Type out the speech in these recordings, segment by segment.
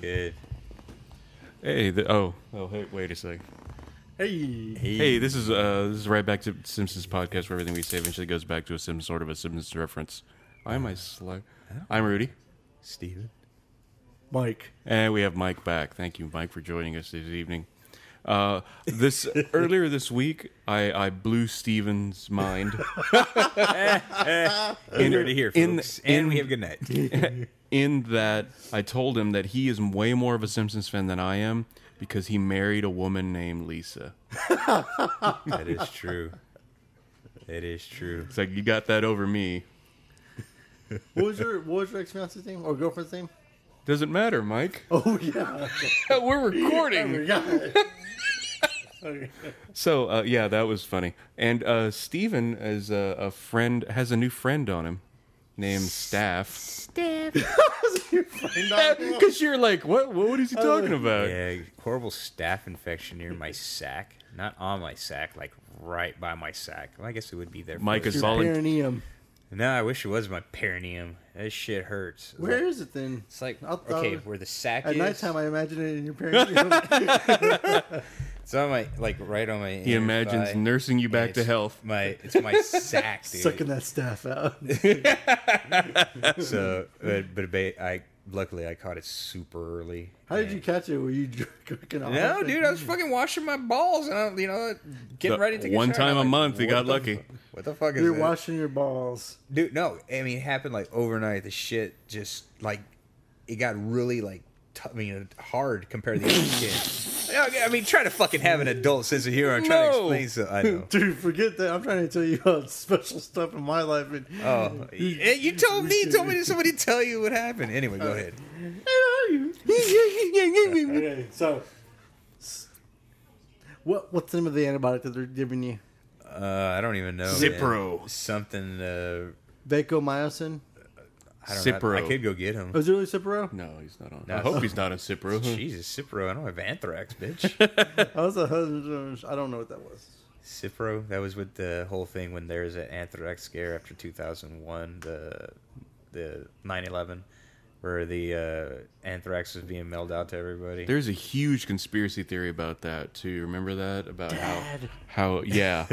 good. Hey, the, oh, oh, hey, wait a sec. Hey. Hey, this is uh, this is right back to Simpsons podcast where everything we say eventually goes back to a Simpsons sort of a Simpsons reference. Why am I slow? I'm Rudy, Steven. Mike. and we have Mike back. Thank you, Mike, for joining us this evening. Uh, this earlier this week, I, I blew Steven's mind. In to here, in- folks. and we in- have good night. in that I told him that he is way more of a Simpsons fan than I am because he married a woman named Lisa. that is true. That is true. It's like you got that over me. What was your what was your ex fiance's name or girlfriend's name? Doesn't matter, Mike. Oh yeah. We're Oh, recording. my God. Okay. So uh, yeah, that was funny. And uh, Steven is a, a friend has a new friend on him named Staff. Find out. Because you're like, what? What is he talking about? Yeah, horrible staph infection near my sack. Not on my sack, like right by my sack. Well, I guess it would be there. Mike first. is Your all in- perineum. No, I wish it was my perineum. That shit hurts. It's Where like- is it then? It's like I'll- okay, I'll- where the sack At is. nighttime, I imagine it in your perineum. It's on my like right on my. He imagines nursing you back to health. My it's my sack, dude. sucking that staff out. So, but, but ba- I luckily I caught it super early. How did you catch it? Were you cooking off? No, dude, I was fucking washing my balls and I, you know, getting The ready to take one a shower. time I'm a like, month, he what got the lucky. fu- what the fuck is You're this? washing your balls. dude? No, I mean, it happened like overnight. The shit just like it got really like. T- I mean, hard compared to the other shit. I mean, try to fucking have an adult sense of humor. I'm trying to No. explain so I know. Dude, forget that. I'm trying to tell you about special stuff in my life. And, Oh, you you told me, you told me, did somebody tell you what happened? Anyway, Uh, go ahead. Okay, so, s- what what's the name of the antibiotic that they're giving you? Uh, I don't even know. man. Zipro. Something. Uh, Vancomycin? I don't Cipro. Know, I could go get him. Oh, is it really Cipro? No, he's not on. No. I hope he's not a Cipro. Jesus, Cipro. I don't have anthrax, bitch. I was a husband. I don't know what that was. Cipro. That was with the whole thing when there's an anthrax scare after 2001, the the 9/11, where the uh, anthrax was being mailed out to everybody. There's a huge conspiracy theory about that too. Remember that about how how yeah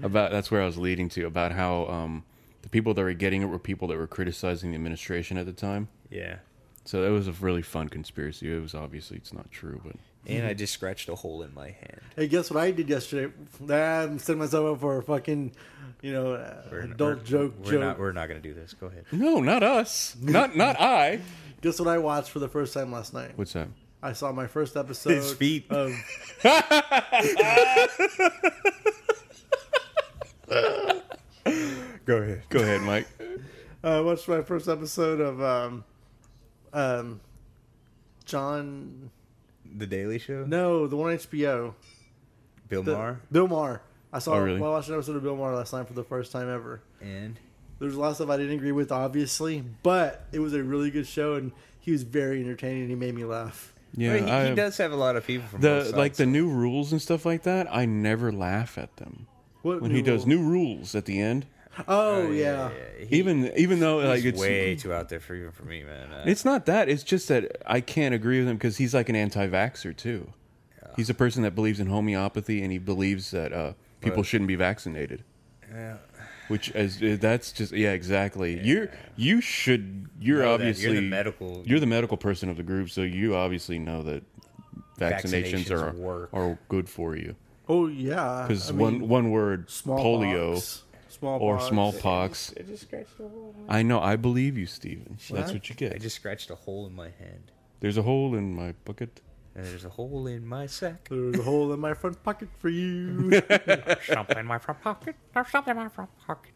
about that's where I was leading to about how um, the people that were getting it were people that were criticizing the administration at the time. yeah. So that was a really fun conspiracy. It was obviously it's not true, but And I just scratched a hole in my hand. Hey, guess what I did yesterday? I'm setting myself up for a fucking, you know, uh, We're- adult we're- joke We're joke. not. We're not gonna do this. Go ahead. no, not us, not not I. Guess what I watched for the first time last night? What's that? I saw my first episode His feet. of Go ahead. Go ahead, Mike. uh, I watched my first episode of um, um, John. The Daily Show. No, the one on HBO. Bill The- Maher Bill Maher. I saw. Oh, really? well, I watched an episode of Bill Maher last night for the first time ever. and There's a lot of stuff I didn't agree with, obviously, but it was a really good show, and he was very entertaining. and He made me laugh. I Yeah, mean, he, he I- does have a lot of people from both the sides. like the new rules and stuff like that. I never laugh at them What when he does new rules at the end. Oh, yeah. Uh, yeah, He- Even even though like he's it's way too out there for even for me, man. Uh, It's not that. It's just that I can't agree with him because he's like an anti-vaxxer too. He's a person that believes in homeopathy and he believes that uh, people Right. shouldn't be vaccinated. Which as uh, that's just yeah exactly. You're you should you're Know that. obviously You're the medical- you're the medical person of the group, so you obviously know that vaccinations, Vaccinations are work. are good for you Oh yeah. because I mean, one one word polio smallpox, smallpox. or smallpox. I just scratched a hole. I know. I believe you, Steven. That's what you I get. just scratched a hole in my hand. There's a hole in my bucket. And there's a hole in my sack. There's a hole in my front pocket for you. something in my front pocket. There's something in my front pocket.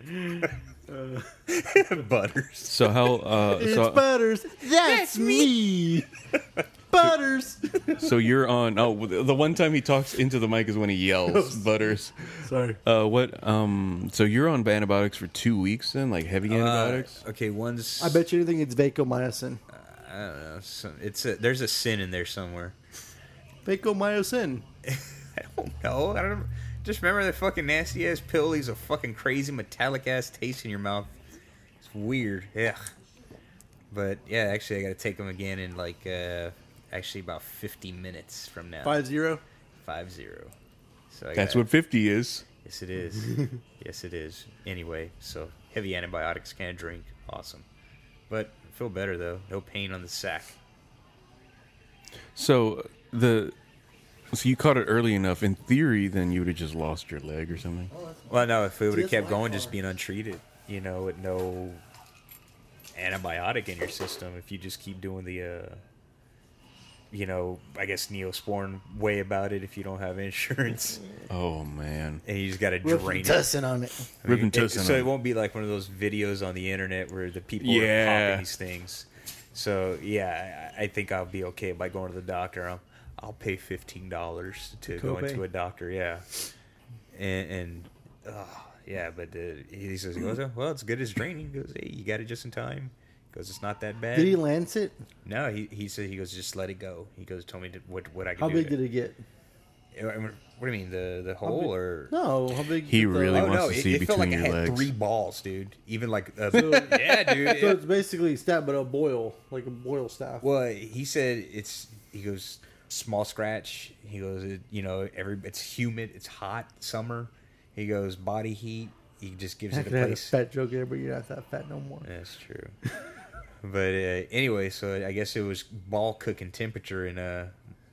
Butters. So how? Uh, It's so, Butters. That's, me. Butters. So you're on. Oh, the one time he talks into the mic is when he yells, "Butters." Sorry. Uh, what? Um. So you're on antibiotics for two weeks then, like heavy antibiotics. okay, one's. Uh, I bet you anything it's vancomycin. I don't know. uh, Some, it's a, there's a sin in there somewhere. Vancomycin. I don't know. I don't. Just remember that fucking nasty ass pill. He's a fucking crazy metallic ass taste in your mouth. It's weird. Yeah. But yeah, actually, I got to take them again in like uh, actually about 50 minutes from now. Five zero. Five zero. So I That's got- what 50 is. Yes, it is. yes, it is. Anyway, so heavy antibiotics, can't drink. Awesome. But I feel better though. No pain on the sack. So the so you caught it early enough. In theory, then you would have just lost your leg or something. Well, no, if we would have that's kept my going, just fault. being untreated, you know, with no antibiotic in your system, if you just keep doing the, uh, you know, I guess neosporin way about it, if you don't have insurance, Oh man. and you just got to drain it. Tussin on it. I mean, Ripping it- tussin so on it it. won't be like one of those videos on the internet where the people are Yeah. popping these things. So yeah, I, I think I'll be okay by going to the doctor. I'll, I'll pay fifteen dollars to go Copay. into a doctor. Yeah, and, and oh, yeah, but the, he says, he goes, "Oh, "Well, it's good as draining." He goes, "Hey, you got it just in time." He goes, "It's not that bad." Did he lance it? no, he he said he goes, "Just let it go." He goes, "Told me to, what what I can How do." big to- did it get? I mean, What do you mean the the hole big- or No, how big? He did the- really Oh wants no! to It, see it felt like I between had your legs. three balls, dude. Even like, uh, yeah, dude. So it- it's basically stabbed, but a boil, like a boil staff. well, he said it's. He goes small scratch. He goes, it, you know, every it's humid, it's hot, summer. He goes body heat. He just gives it I a could have had a place. fat joke there, but you're not that fat no more. That's true. but uh, anyway, so I guess it was ball cooking temperature, and uh,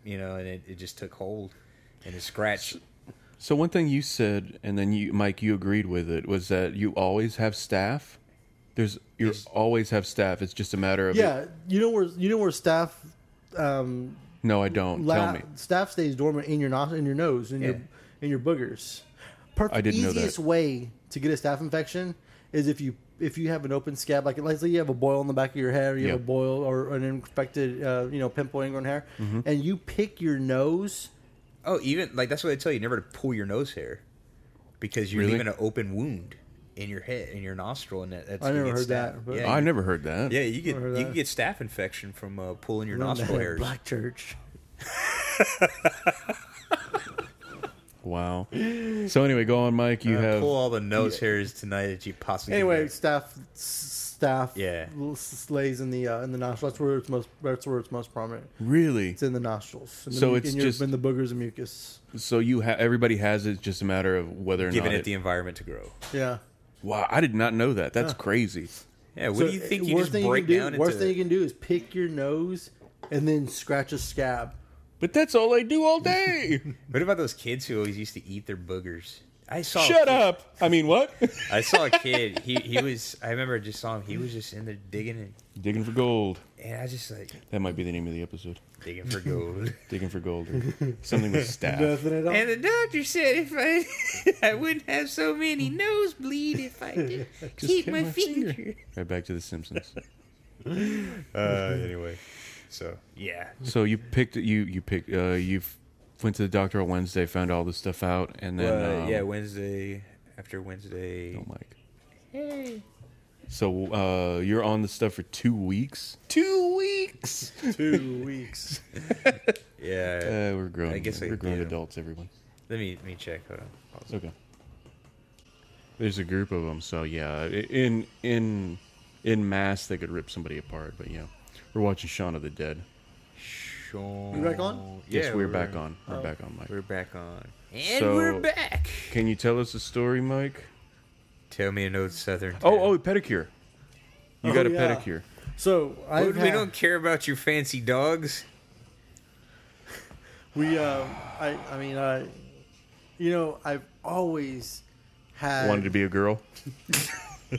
you know, and it, it just took hold, and it scratched. So one thing you said, and then you, Mike, you agreed with it, was that you always have staff. There's you always have staff. It's just a matter of Yeah, you know where you know where staff, um, No, I don't. la- Tell me. staff stays dormant in your nos- in your nose, in your Yeah. in your boogers. Perfect. I didn't know that. easiest way to get a staph infection is if you if you have an open scab, like let's say you have a boil on the back of your hair, you have a Yep. boil or an infected, uh, you know, pimple ingrown hair, Mm-hmm. and you pick your nose. Oh, even like that's what they tell you never to pull your nose hair because you're Really? leaving an open wound in your head in your nostril, and that, that's I you never get heard staph. that, but- yeah, I you, never heard that. yeah, you get never heard you that. can get staph infection from uh, pulling your Learned that nostril at hairs. Black church. Wow. So anyway, go on, Mike. You Uh, have pull all the nose hairs tonight that you possibly Anyway, can. staff staff Yeah. l- s- lays in the uh, in the nostril. That's where it's most that's where it's most prominent. really. It's in the nostrils. In the So mu- it's in your, just- in the boogers and mucus. So you ha- everybody has it. It's just a matter of whether or giving not it the environment to grow. Yeah. Wow, I did not know that. That's crazy. Yeah, what So, do you think? uh, You just thing break you can down do, worst into thing you can do is pick your nose and then scratch a scab. But that's all I do all day. What about those kids who always used to eat their boogers? I saw. a Shut kid- up. I mean, what? I saw a kid. He he was. I remember I just saw him. He was just in there digging and Digging for gold. and I just like That might be the name of the episode. digging for gold. Digging for gold or something with staff. Nothing at all. And the doctor said if I I wouldn't have so many nosebleed if I did keep hit my, my finger. Right back to the Simpsons. uh, anyway, so yeah, So you picked you you picked uh you f- went to the doctor on Wednesday, found all this stuff out, and then Well, um, Uh, yeah, Wednesday after Wednesday. oh, Mike. Hey. So uh you're on the stuff for two weeks. Two weeks. Two weeks. Yeah, Uh, we're grown. I guess I we're grown did. adults. Everyone. let me let me check. Hold on. Pause. Okay. There's a group of them, so yeah, i- in in in mass they could rip somebody apart, but yeah, we're watching Shaun of the Dead. Sean- You back on? Yes, Yeah, we're, back on. We're back on, Mike. We're back on. And So- we're back. Can you tell us a story, Mike? Tell me an old Southern. Oh, town. oh, pedicure. You Oh, got a yeah. pedicure. So I Dude, we don't care about your fancy dogs. we uh, I I mean I you know I've always had Wanted to be a girl.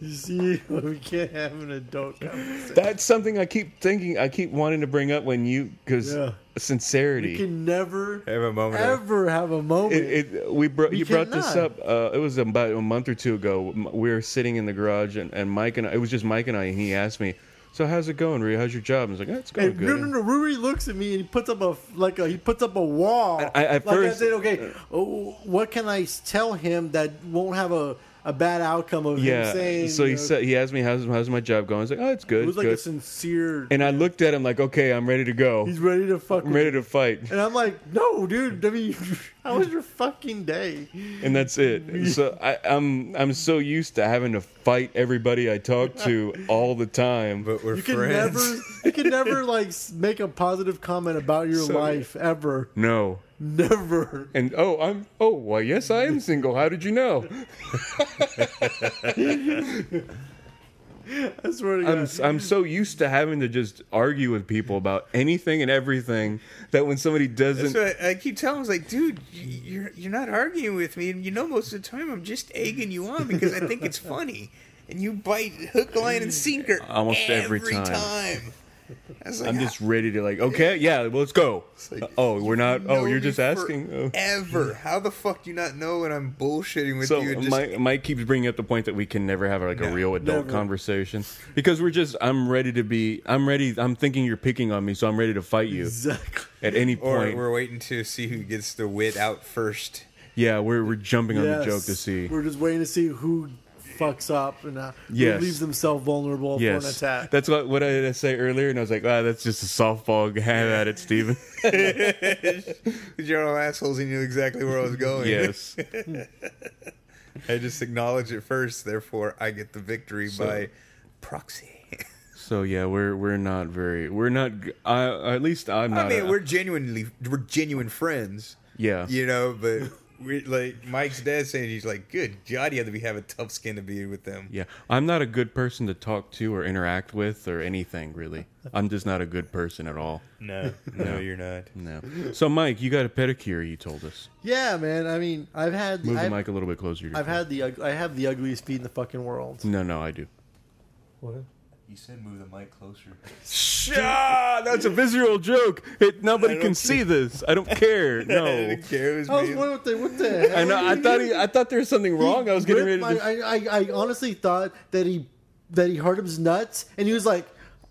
you see we can't have an adult conversation. That's something I keep thinking. I keep wanting to bring up when you because Yeah. sincerity. We can never Have a moment. of- ever have a moment. It, it, we brought You you brought this up. cannot. Uh, it was about a month or two ago. M- We were sitting in the garage, and, and Mike and I, it was just Mike and I, and he asked me, "So how's it going, Rhea? How's your job?" And I was like, "Eh, "It's going And good." no, no, no. Ruri looks at me and he puts up a like a he puts up a wall. I- at like first- uh, I said, okay, oh, what can I s- tell him that won't have a a bad outcome of yeah. him saying. so you he know, said he asked me how's how's my job going. I was like, oh, it's good. it was it's like good. a sincere. and I looked at him like, okay, I'm ready to go. he's ready to fuck. I'm with ready to you. fight. And I'm like, no, dude. I mean, how was your fucking day? and that's it. So I, I'm I'm so used to having to fight everybody I talk to all the time. But we're You can friends. never, you can never like s- make a positive comment about your So- life ever, no, never. and oh, I'm oh, why yes, I am single. How did you know? I swear to God. I'm I'm so used to having to just argue with people about anything and everything that when somebody doesn't, So I, I keep telling him, I was like, dude, y- you're you're not arguing with me, and you know most of the time I'm just egging you on because I think it's funny, and you bite hook, line, and sinker Almost every time. time. I was like, I'm just ready to like, okay, yeah, well, let's go. like, oh, we're not. "You Oh, know you're me just asking. Oh. Ever? How the fuck do you not know when I'm bullshitting with So uh, you? and Just, Mike, Mike keeps bringing up the point that we can never have like a real adult never. conversation because we're just I'm ready to be I'm ready I'm thinking you're picking on me so I'm ready to fight you exactly. at any Or point. we're waiting to see who gets the wit out first. yeah, we're we're jumping on the Yes. joke to see. We're just waiting to see who fucks up and uh, who Yes. leaves themselves vulnerable for an Yes, attack. that's what what I had to say earlier, and I was like, ah, that's just a softball. Have at it, Steven. You're all assholes. He knew exactly where I was going. yes, I just acknowledge it first. Therefore, I get the victory So- by proxy. so yeah, we're we're not very we're not. g- I at least I'm not. I mean, a- we're genuinely we're genuine friends. yeah you know. But we like Mike's dad saying he's like, "Good God, you have to be having tough skin to be with them." yeah. I'm not a good person to talk to or interact with or anything really. I'm just not a good person at all. No, no, you're not. No. So, Mike, you got a pedicure. You told us. Yeah, man. I mean, I've had Move the I've, mic a little bit closer. To your I've phone. had the ug- I have the ugliest feet in the fucking world. No, no, I do. You said move the mic closer. Shah! That's a visual joke. It, nobody I can don't see this. I don't care. I No. didn't care. It was I was me. wondering what the what the hell. I know. I thought he, I thought there was something wrong. I was getting ready Ripped to. my- just- I, I, I honestly thought that he that he hurt his nuts, and he was like,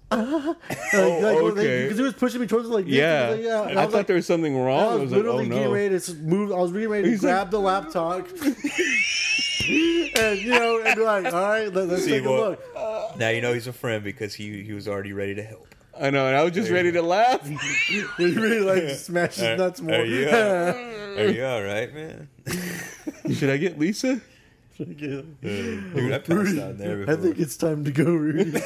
ah, like, Oh, okay. because he was pushing me towards him like this, yeah. and he was like, and I, was thought like- there was something wrong. I was, like, literally oh, getting no. ready to s- move. I was getting ready to He's like- grab the laptop. and you know, and be like, all right, let, us See, take a well- look. Now you know he's a friend because he he was already ready to help. I know, and I was just ready to laugh. He really like smashes Are- nuts more. are you- Are you all right, man? Should I get Lisa? Dude, I passed out there I before. think it's time to go, Rudy.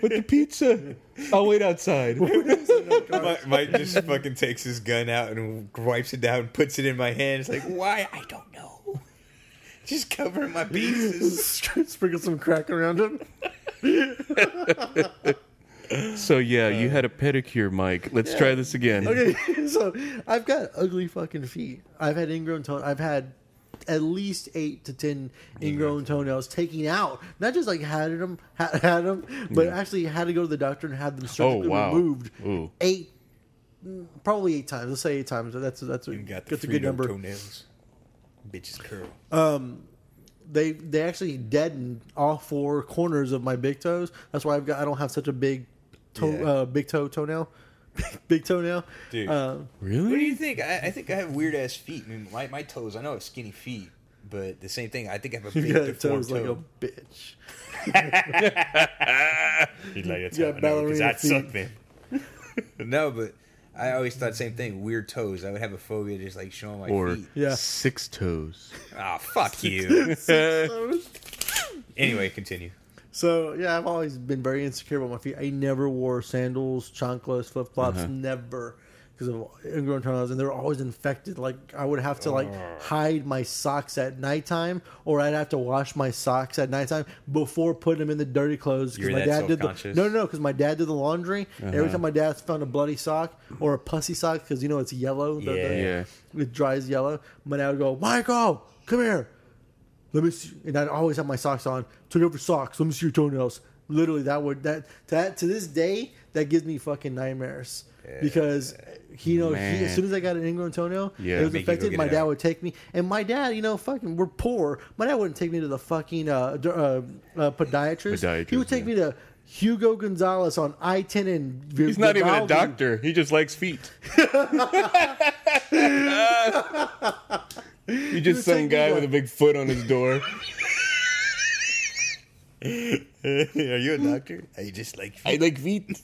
With the pizza. I'll wait outside. Mike, Mike just fucking takes his gun out and wipes it down, and puts it in my hand. It's like, why? I don't know. Just covering my pieces. Sprinkle some crack around him. so yeah, you had a pedicure, Mike. Let's try this again. Okay, so I've got ugly fucking feet. I've had ingrown toe. I've had at least eight to ten ingrown toenails taken out. Not just like had them, had, had them, but actually had to go to the doctor and Oh, had them surgically wow. removed. Ooh. Eight, mm, probably eight times. Let's say eight times. That's that's a, You got the that's a good Frito number. Toenails. Bitches curl. They they actually deadened all four corners of my big toes. That's why I've got I don't have such a big toe Yeah. uh, big toe toenail. Big toenail, Dude. Uh, What Really? do you think? I, I think I have weird ass feet. I mean, my, my toes. I know I have skinny feet, but the same thing. I think I have a big you got deformed toes toe. like a bitch. He's like, that's You got ballerina feet. them. no, but I always thought same thing. Weird toes. I would have a phobia just like showing my or feet. Yeah. six toes. Ah, fuck you. Toes. anyway, continue. So yeah, I've always been very insecure about my feet. I never wore sandals, chanclas, flip flops, Uh-huh. never because of ingrown toenails, and they were always infected. Like I would have to like hide my socks at nighttime, or I'd have to wash my socks at nighttime before putting them in the dirty clothes. You're my that dad did the self-conscious? Uh-huh. no, no, because my dad did the laundry. and Every time my dad found a bloody sock or a pussy sock, because you know it's yellow, the- the- Yeah. Yeah. it dries yellow. My dad would go, Michael, come here. Let me see. And I'd always have my socks on. Turn over socks. Let me see your toenails. Literally, that would that that to this day that gives me fucking nightmares because he knows he, as Man. soon as I got an ingrown toenail, Yeah. it was Make you go infected. get My it dad out. would take me, and my dad, you know, fucking, we're poor. My dad wouldn't take me to the fucking uh, d- uh, uh, podiatrist. He Podiatrist, would take yeah. me to Hugo Gonzalez on I ten and Vi- He's not even a Vivaldi. doctor. He just likes feet. He's just would take some me guy to- with a big foot on his door. Are you a doctor? I just like I like meat.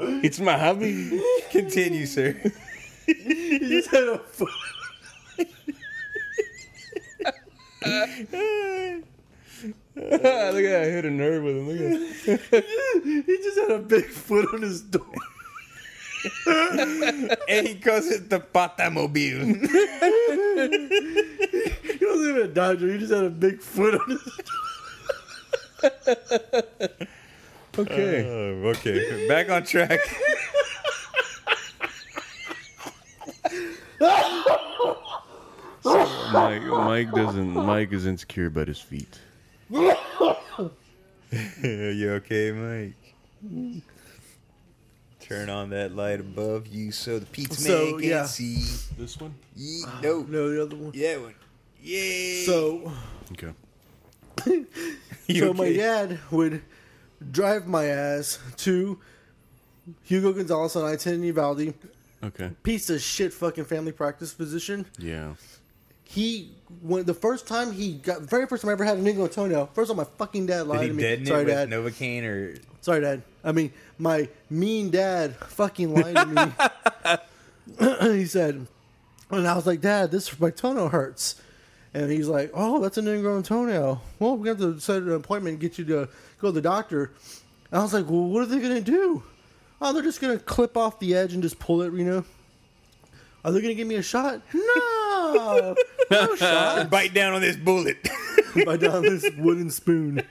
It's my hobby. continue, sir. He just had a foot. Look at that. I hit a nerve with him. Look at that. he just had a big foot on his door. and he calls it the Patamobile. He wasn't even a doctor. He just had a big foot on his. Uh, Okay. Oh, okay, back on track. Mike, Mike doesn't. Mike is insecure about his feet. you okay, Mike? Turn on that light above you so the pizza So, man can yeah. Uh, see. This one. Ye- no, No, the other one. yeah, one. Yay! So, Okay. You so my okay? dad would drive my ass to Hugo Gonzalez on I-10 in Uvalde. Okay. Piece of shit, fucking family practice physician. Yeah. He when the first time he got very first time I ever had an Ingo Antonio. First time my fucking dad lied Did to he me. deaden Sorry, it with dad. Novocaine or? Sorry, Dad. I mean, my mean dad fucking lied to me. he said, and I was like, Dad, this my toenail hurts. And he's like, Oh, that's an ingrown toenail. Well, we have to set an appointment and get you to go to the doctor. And I was like, Well, what are they going to do? Oh, they're just going to clip off the edge and just pull it, you know? Are they going to give me a shot? No, no shot. Bite down on this bullet. By down this wooden spoon.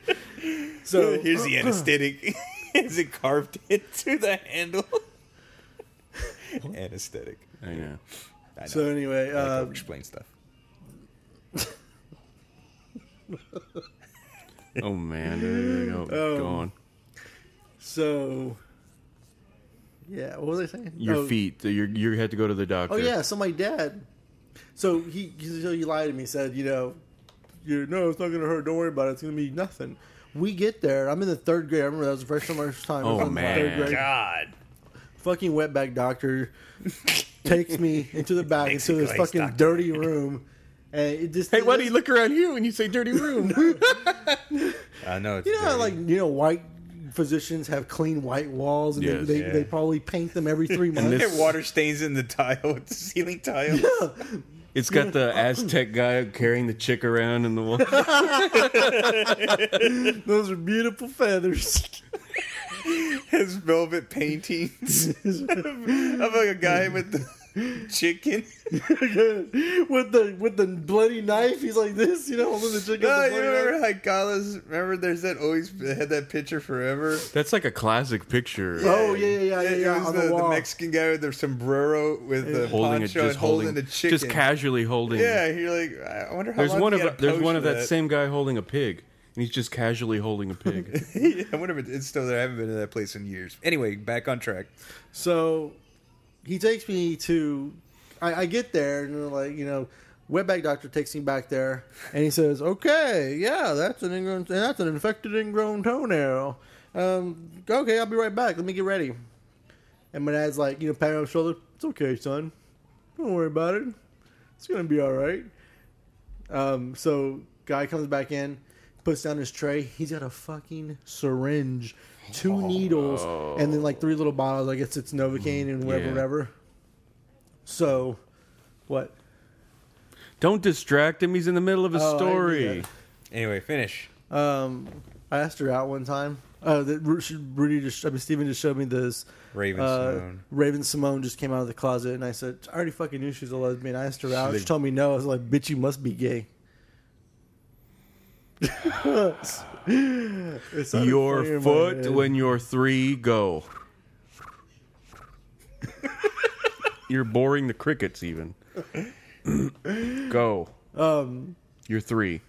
So Here's the anesthetic. Is it carved into the handle? anesthetic. I know. I know. So anyway, I uh, like to explain stuff. Oh man. dude. Oh, go on. So, yeah, what was I saying? Your Oh, feet. You you had to go to the doctor. Oh yeah, so my dad. So he so he lied to me. Said you know, you no, it's not gonna hurt. Don't worry about it. It's gonna be nothing. We get there. I'm in the third grade. I remember that was the first time. First time. I was Oh, in the man. third grade. God. Fucking wetback doctor takes me into the back into this Mexican fucking doctor. dirty room, and it just Hey, why do you look around here when you say dirty room? I know. It's You know, how, dirty. like you know, white physicians have clean white walls, and Yes. they, they, Yeah. they probably paint them every three months. this- water stains in the tile, the ceiling tile. It's got the Aztec guy carrying the chick around in the wall. Those are beautiful feathers. His velvet paintings of a guy with the chicken. with the with the bloody knife, he's like this, you know, holding the chicken. No, with you the bloody remember knife. like Gala's? Remember, there's that always they had that picture forever. That's like a classic picture. Oh yeah, yeah, yeah, yeah. It yeah, was on the, the, the wall. Mexican guy with the sombrero with the holding it, poncho just and holding, holding the chicken. just casually holding. Yeah, you're like, I wonder how. There's long one he of had to there's poach one of for that, same guy holding a pig, and he's just casually holding a pig. I wonder if it's still there. I haven't been to that place in years. Anyway, back on track. So he takes me to. I, I get there and they're like you know, wetback doctor takes me back there and he says, "Okay, yeah, that's an ingrown, that's an infected ingrown toenail. Um, okay, I'll be right back. Let me get ready." And my dad's like, you know, patting me on the shoulder. It's okay, son. Don't worry about it. It's gonna be all right. Um, so guy comes back in, puts down his tray. He's got a fucking syringe, two needles, and then like three little bottles. I guess it's Novocaine and whatever, Yeah. whatever. So, what? Don't distract him. He's in the middle of a Oh, I story. knew Anyway, finish. Um, I asked her out one time. Uh, that Ru- she- Rudy just, I mean, Steven just showed me this. Raven uh, Simone. Raven Simone just came out of the closet, and I said, I already fucking knew she was a lesbian. I asked her out. She like- told me no. I was like, bitch, you must be gay. It's not funny Your in my foot head. when you're three go. you're boring the crickets even. go. Um, you're three.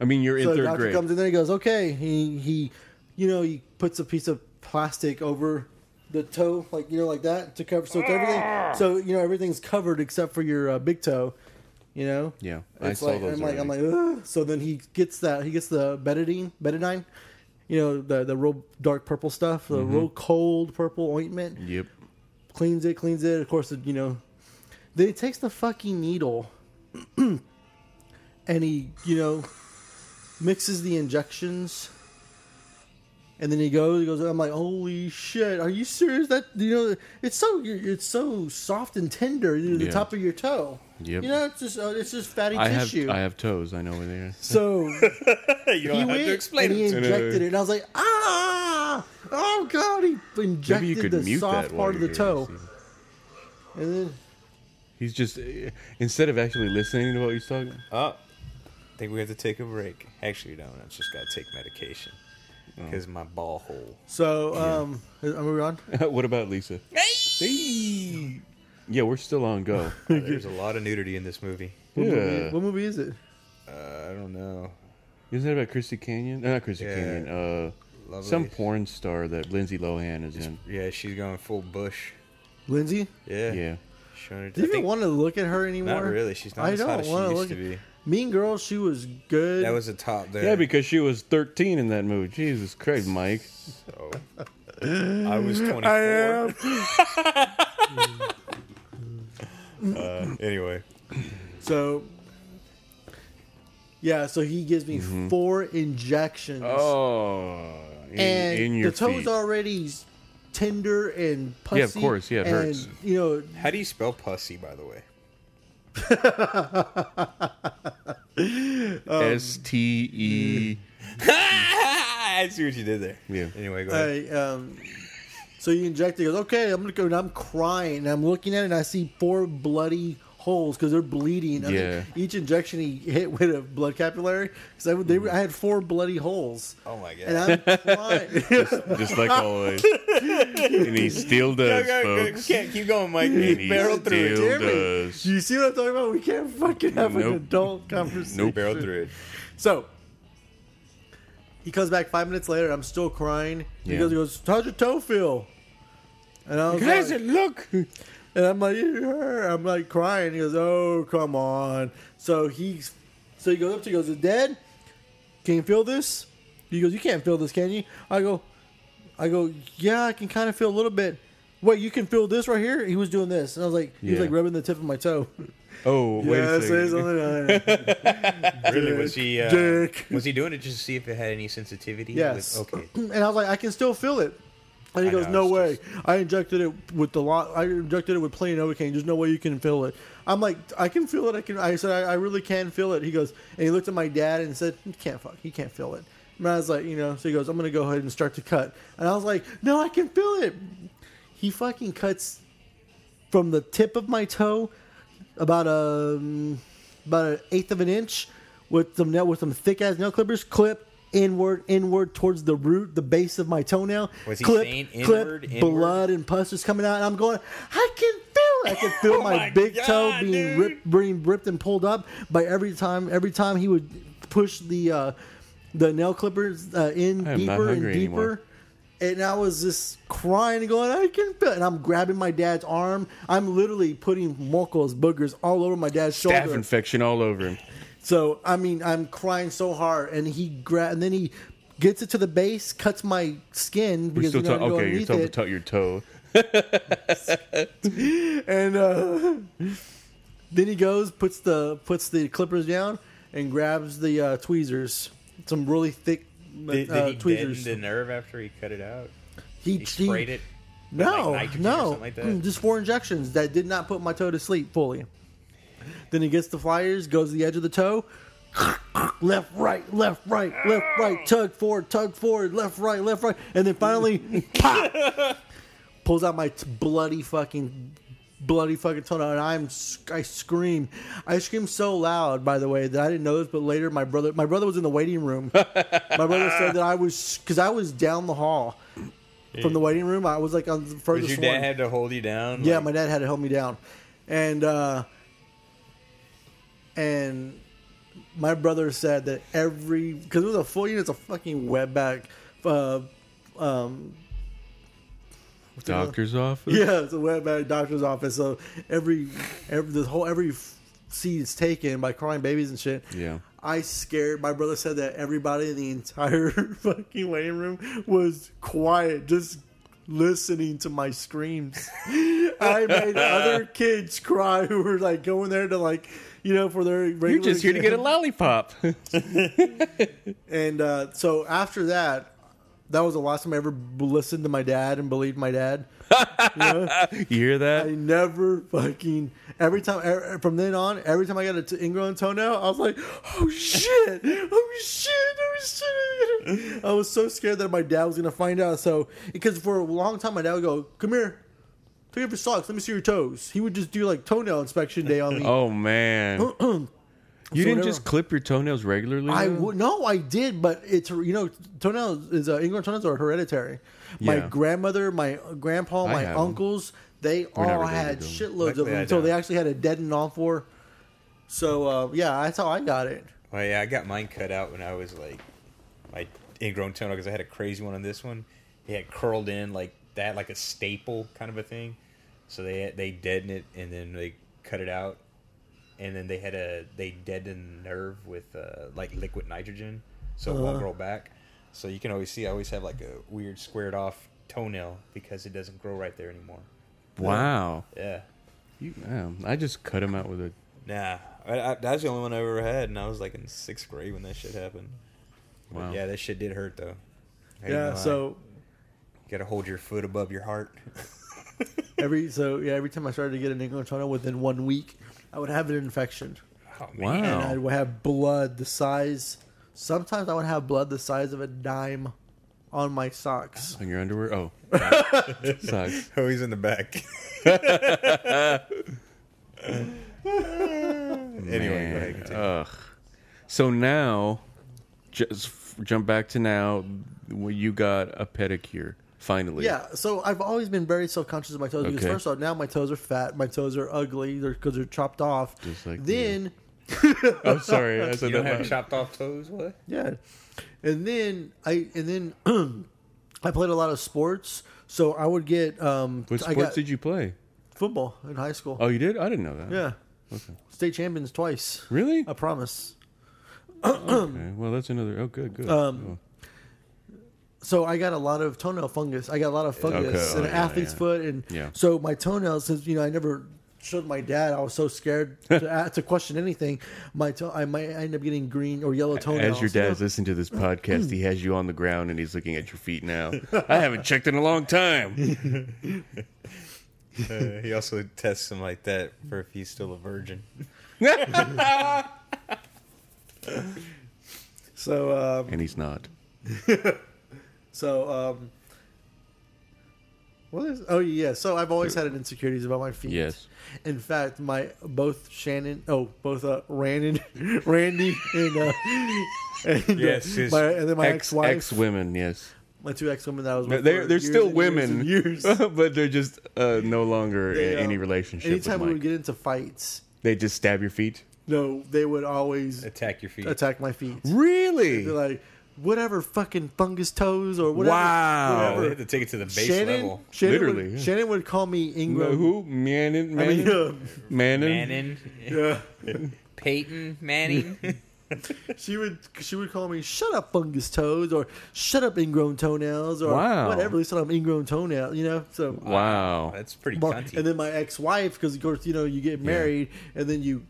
I mean, you're in so the third doctor grade. comes in there. He goes, okay. He he, you know, he puts a piece of plastic over the toe, like you know, like that to cover. So it's everything. So you know, everything's covered except for your uh, big toe. You know. Yeah, I It's saw like those I'm like I'm like. already. Ugh. So then he gets that. He gets the betadine, betadine. You know the the real dark purple stuff, the Mm-hmm. real cold purple ointment yep. cleans it, cleans it. Of course, you know, then he takes the fucking needle, and he, you know, mixes the injections And then he goes, he goes. I'm like, holy shit! Are you serious? That you know, it's so it's so soft and tender, you know, the Yeah. top of your toe. Yep. You know, it's just uh, it's just fatty I have tissue. I have toes. I know where they are. So you he don't have went to explain and he it to me. injected it, and I was like, ah, oh god, he Maybe you injected could the mute soft that while part of the you're doing toe, this. and then He's just instead of actually listening to what he's talking. Oh, I think we have to take a break. Actually, no, I just got to take medication because my ball hole. so um, are we on? what about Lisa? Hey! Yeah, we're still on go. Uh, there's a lot of nudity in this movie. What, yeah. movie, what movie is it? Uh, I don't know. Isn't that about Christy Canyon? No, not Christy Yeah. Canyon. Uh, Lovelace. some porn star that Lindsay Lohan is in. Yeah, she's going full bush. Lindsay? Yeah, Yeah. Showing her. Do you even want to look at her anymore? not really. She's not I as don't hot as she wanna used look to at- be. Mean Girls, she was good. That was a top there. Yeah, because she was 13 in that movie. Jesus Christ, Mike. So, Oh. I was 24. Uh, anyway, so. Yeah, so he gives me Mm-hmm. four injections, Oh. In, and in your the toe's feet. already tender and pussy. Yeah, of course. Yeah, it and, hurts. You know, how do you spell pussy, by the way? um, S T E. I see what you did there. Yeah. Anyway, go ahead. I, um, so you inject it. Goes okay. I'm gonna go. And I'm crying. And I'm looking at it. and I see four bloody holes because they're bleeding. I mean, Yeah. each injection he hit with a blood capillary. Because I, would- they were- I had four bloody holes. oh my god. And I'm crying. Just like always. and he still does, Go, go, go, folks. can't keep going, Mike. And he Barrel through it. still Damn it. does. Do you see what I'm talking about? We can't fucking have an Nope. adult conversation. Nope. Barrel through it. So he comes back five minutes later. I'm still crying. He Yeah. goes, he goes, how's your toe feel? And I was like, look. And I'm like, "Yeah." I'm like crying. He goes, "Oh, come on!" So he's, so he goes up to, he goes, "Is it dead? Can you feel this?" He goes, "You can't feel this, can you?" I go, I go, "Yeah, I can kind of feel a little bit." Wait, you can feel this right here? He was doing this, and I was like, he was Yeah. like rubbing the tip of my toe. Oh, wait Yeah, a so he's on second. the- Really? Was he? Uh, Dick. Was he doing it just to see if it had any sensitivity? Yes. Like, okay. And I was like, I can still feel it. And he I goes, know, No it's way. I injected it with the lot. I injected it with plain Novocaine. There's no way you can feel it. I'm like, I can feel it. I can. I said, I, I really can feel it. He goes, and he looked at my dad and said, He can't fuck. He can't feel it. And I was like, you know. So he goes, I'm gonna go ahead and start to cut. And I was like, No, I can feel it. He fucking cuts from the tip of my toe about a about an eighth of an inch with some nail with some thick ass nail clippers. Clip inward, inward towards the root, the base of my toenail. Was he clip, saying inward, clip, inward? blood and pus is coming out, and I'm going. I can feel, it. I can feel my, Oh my big toe God, being dude. ripped, being ripped and pulled up by every time. Every time he would push the uh, the nail clippers uh, in I am not deeper and deeper. hungry anymore. And I was just crying and going, I can feel it. And I'm grabbing my dad's arm. I'm literally putting mocos, boogers all over my dad's Staph shoulder. infection all over him. So I mean, I'm crying so hard, and he gra- and then he gets it to the base, cuts my skin We're because still you know, talking. Okay, you're underneath talking it, about your toe. and uh, then he goes, puts the puts the clippers down, and grabs the uh, tweezers, some really thick uh, Did, did he tweezers. deaden the nerve after he cut it out? he He he- sprayed it. with, like, No, nitrogen or no, something like that? Mm, just four injections that did not put my toe to sleep fully. Then he gets the flyers, goes to the edge of the toe, left, right, left, right, left, right, tug forward, tug forward, left, right, left, right, and then finally, pop, pulls out my t- bloody fucking, bloody fucking toenail, and I'm sc- I scream, I scream so loud, by the way, that I didn't know this, but later my brother, my brother was in the waiting room. my brother said that I was because I was down the hall. From the waiting room, I was like on the Did furthest your dad one. had to hold you down? Yeah, Like, my dad had to help me down, and uh, and my brother said that every because it was a full unit, it's a fucking wetback. Uh, um, Doctor's office. yeah, it's a wetback doctor's office. So every every the whole every f- seed is taken by crying babies and shit. Yeah. I scared. My brother said that everybody in the entire fucking waiting room was quiet, just listening to my screams. I made other kids cry who were like going there to like, you know, for their regular. You're just here to get a exam. lollipop. And uh, so after that, That was the last time I ever b- listened to my dad and believed my dad. You know? You hear I that? never fucking every time er- from then on. Every time I got a t- ingrown toenail, I was like, "Oh shit! Oh shit! Oh shit!" I was so scared that my dad was gonna find out. So because for a long time, my dad would go, "Come here, take off your socks. Let me see your toes." He would just do like toenail inspection day on me. Oh man. you didn't whatever- just clip your toenails regularly? I though? would no, I did, but it's you know toenails is uh, ingrown toenails are hereditary. My Yeah. grandmother, my grandpa, I my have 'em. uncles, they We're not all related had to 'em. shitloads of Luckily, I them until they don't. actually had a dead and all for. So uh, yeah, that's how I got it. Well, yeah, I got mine cut out when I was like my ingrown toenail because I had a crazy one on this one. It had curled in like that, like a staple kind of a thing. So they they deaden it and then they cut it out, and then they had a they deadened the nerve with uh, like liquid nitrogen, so it won't grow back. So you can always see I always have like a weird squared off toenail because it doesn't grow right there anymore. Wow. Yeah. You, man, I just cut them out with a. Nah, I, I, that's the only one I ever had, and I was like in sixth grade when that shit happened. But Wow. yeah, that shit did hurt though. I ain't Yeah, gonna lie. so you gotta hold your foot above your heart. every so yeah, every time I started to get an ingrown toenail, within one week, I would have an infection, Oh, man. and I Wow. would have blood the size. Sometimes I would have blood the size of a dime on my socks. On your underwear? Oh. Sucks. Oh, he's in the back. anyway, go ahead, Man, Uh, continue. Ugh. So now, just f- jump back to now. When you got a pedicure finally. Yeah, so I've always been very self conscious of my toes because Okay. first off, now my toes are fat, my toes are ugly because they're chopped off. Just like then, I'm sorry. I said you don't that have loud. chopped off toes? What? yeah, and then I and then I played a lot of sports, so I would get um. What I sports got did you play? football in high school. Oh, you did? I didn't know that. yeah, state champions twice. Really? I promise. Okay, Well, that's another. Oh, good, good. Um, so I got a lot of toenail fungus. I got a lot of fungus Okay. and Oh, yeah, athlete's yeah. foot, and Yeah. so my toenails. Since you know, I never showed my dad. I was so scared to, a- to question anything. My toe, I might end up getting green or yellow Oh. toenails. As your you know? dad's listening to this podcast, he has you on the ground and he's looking at your feet now. I haven't checked in a long time. Uh, he also tests him like that for if he's still a virgin. So, um, And he's not. so, um, what is? Oh yeah. So I've always had an insecurities about my feet. Yes. In fact, my both Shannon, oh, both uh, Randy, Randy, and uh, and, uh, Yes, his my, and then my Ex ex-wife, ex women, yes. my two ex women that I was with. They're, for they're years still and years women, and Years. but they're just uh, no longer They, in uh, any relationship. Anytime with we Mike. would get into fights, they just stab your feet. no, they would always Attack your feet. attack my feet. Really? They're like, whatever fucking fungus toes or whatever. Wow. Oh, they whatever. have to take it to the base Shannon, level. Shannon Literally, Would, yeah. Shannon would call me No, Ingram. who? Manning? I mean, Manning? uh, Manning? Manning, yeah. Peyton Manning. She would she would call me "Shut up, fungus toes" or "Shut up, ingrown toenails" or Wow. whatever. At least I'm ingrown toenail, you know. So Wow. That's pretty Well, cunty. and then my ex-wife, because of course you know you get married, and then you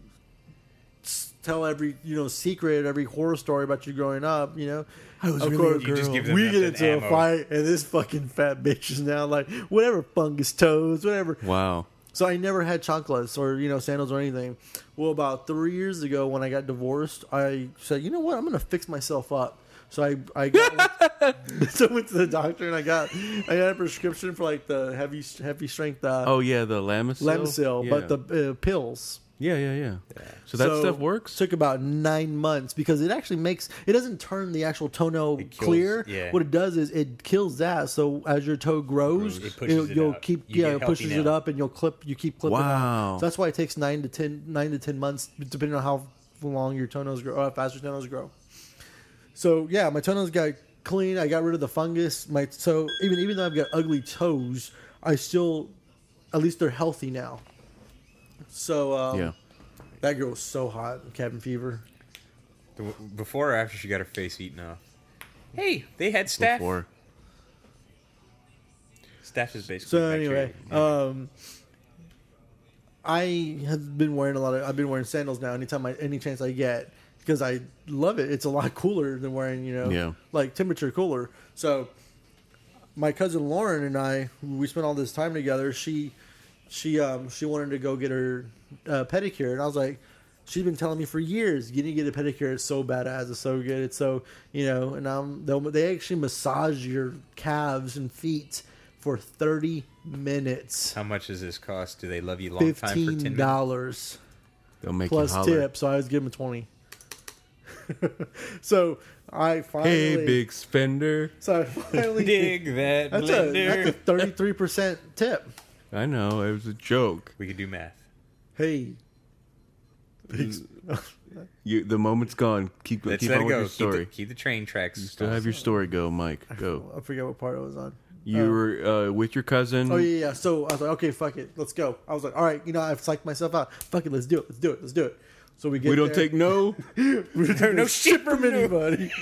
s- tell every you know secret, every horror story about you growing up. You know, I was of really course, a You just girl. give them we nothing get into ammo. a fight, and this fucking fat bitch is now like whatever fungus toes, whatever. Wow. So I never had chanclas or you know sandals or anything. Well, about three years ago when I got divorced, I said, you know what, I'm gonna fix myself up. So I I got, so I went to the doctor and I got I got a prescription for like the heavy heavy strength uh, Oh, yeah, the Lamisil. Lemsil, Yeah. but the uh, pills. Yeah, yeah, yeah. So that So, stuff works? Took about nine months because it actually makes it doesn't turn the actual toenail It kills- clear. yeah. What it does is it kills that. So as your toe grows, Grows. It pushes you'll- it you'll out. keep You yeah get it healthy pushes now. it up and you'll clip you keep clipping. it Wow. out. So that's why it takes nine to ten nine to ten months depending on how long your toenails grow, or how fast your toenails grow. So yeah, my toenails got clean. I got rid of the fungus. My so even even though I've got ugly toes, I still at least they're healthy now. So um, yeah. that girl was so hot, in cabin fever. The- Before or after she got her face eaten off? hey, they had staff. Before. Staff is basically. So bacteria. anyway, um, I have been wearing a lot of. I've been wearing sandals now. Anytime I, any chance I get, because I love it. It's a lot cooler than wearing, you know, Yeah. like temperature cooler. So my cousin Lauren and I, who we spent all this time together. She, she, um, she wanted to go get her uh, pedicure, and I was like, she's been telling me for years, you need to get a pedicure. It's so badass. It's so good. It's so you know. And um, they they actually massage your calves and feet for thirty minutes. How much does this cost? Do they love you long time for Fifteen ten minutes? dollars They'll make you plus holler. tip, so I was giving him twenty. so I finally, Hey, big spender. so I finally Dig that That's a blender. that's a thirty three percent tip. I know it was a joke. we could do math. Hey, You, the moment's gone. Keep Let's keep let on it with go. your Keep the, story. keep the train tracks. Still have your story. Go, Mike. Go. I uh, forget what part I was on. You were uh, with your cousin. Oh yeah, yeah. So I was like, okay, fuck it, let's go. I was like, all right, you know, I've psyched myself out. Fuck it, let's do it, let's do it, let's do it. So we get we don't there. take no. we don't take no shit from anybody.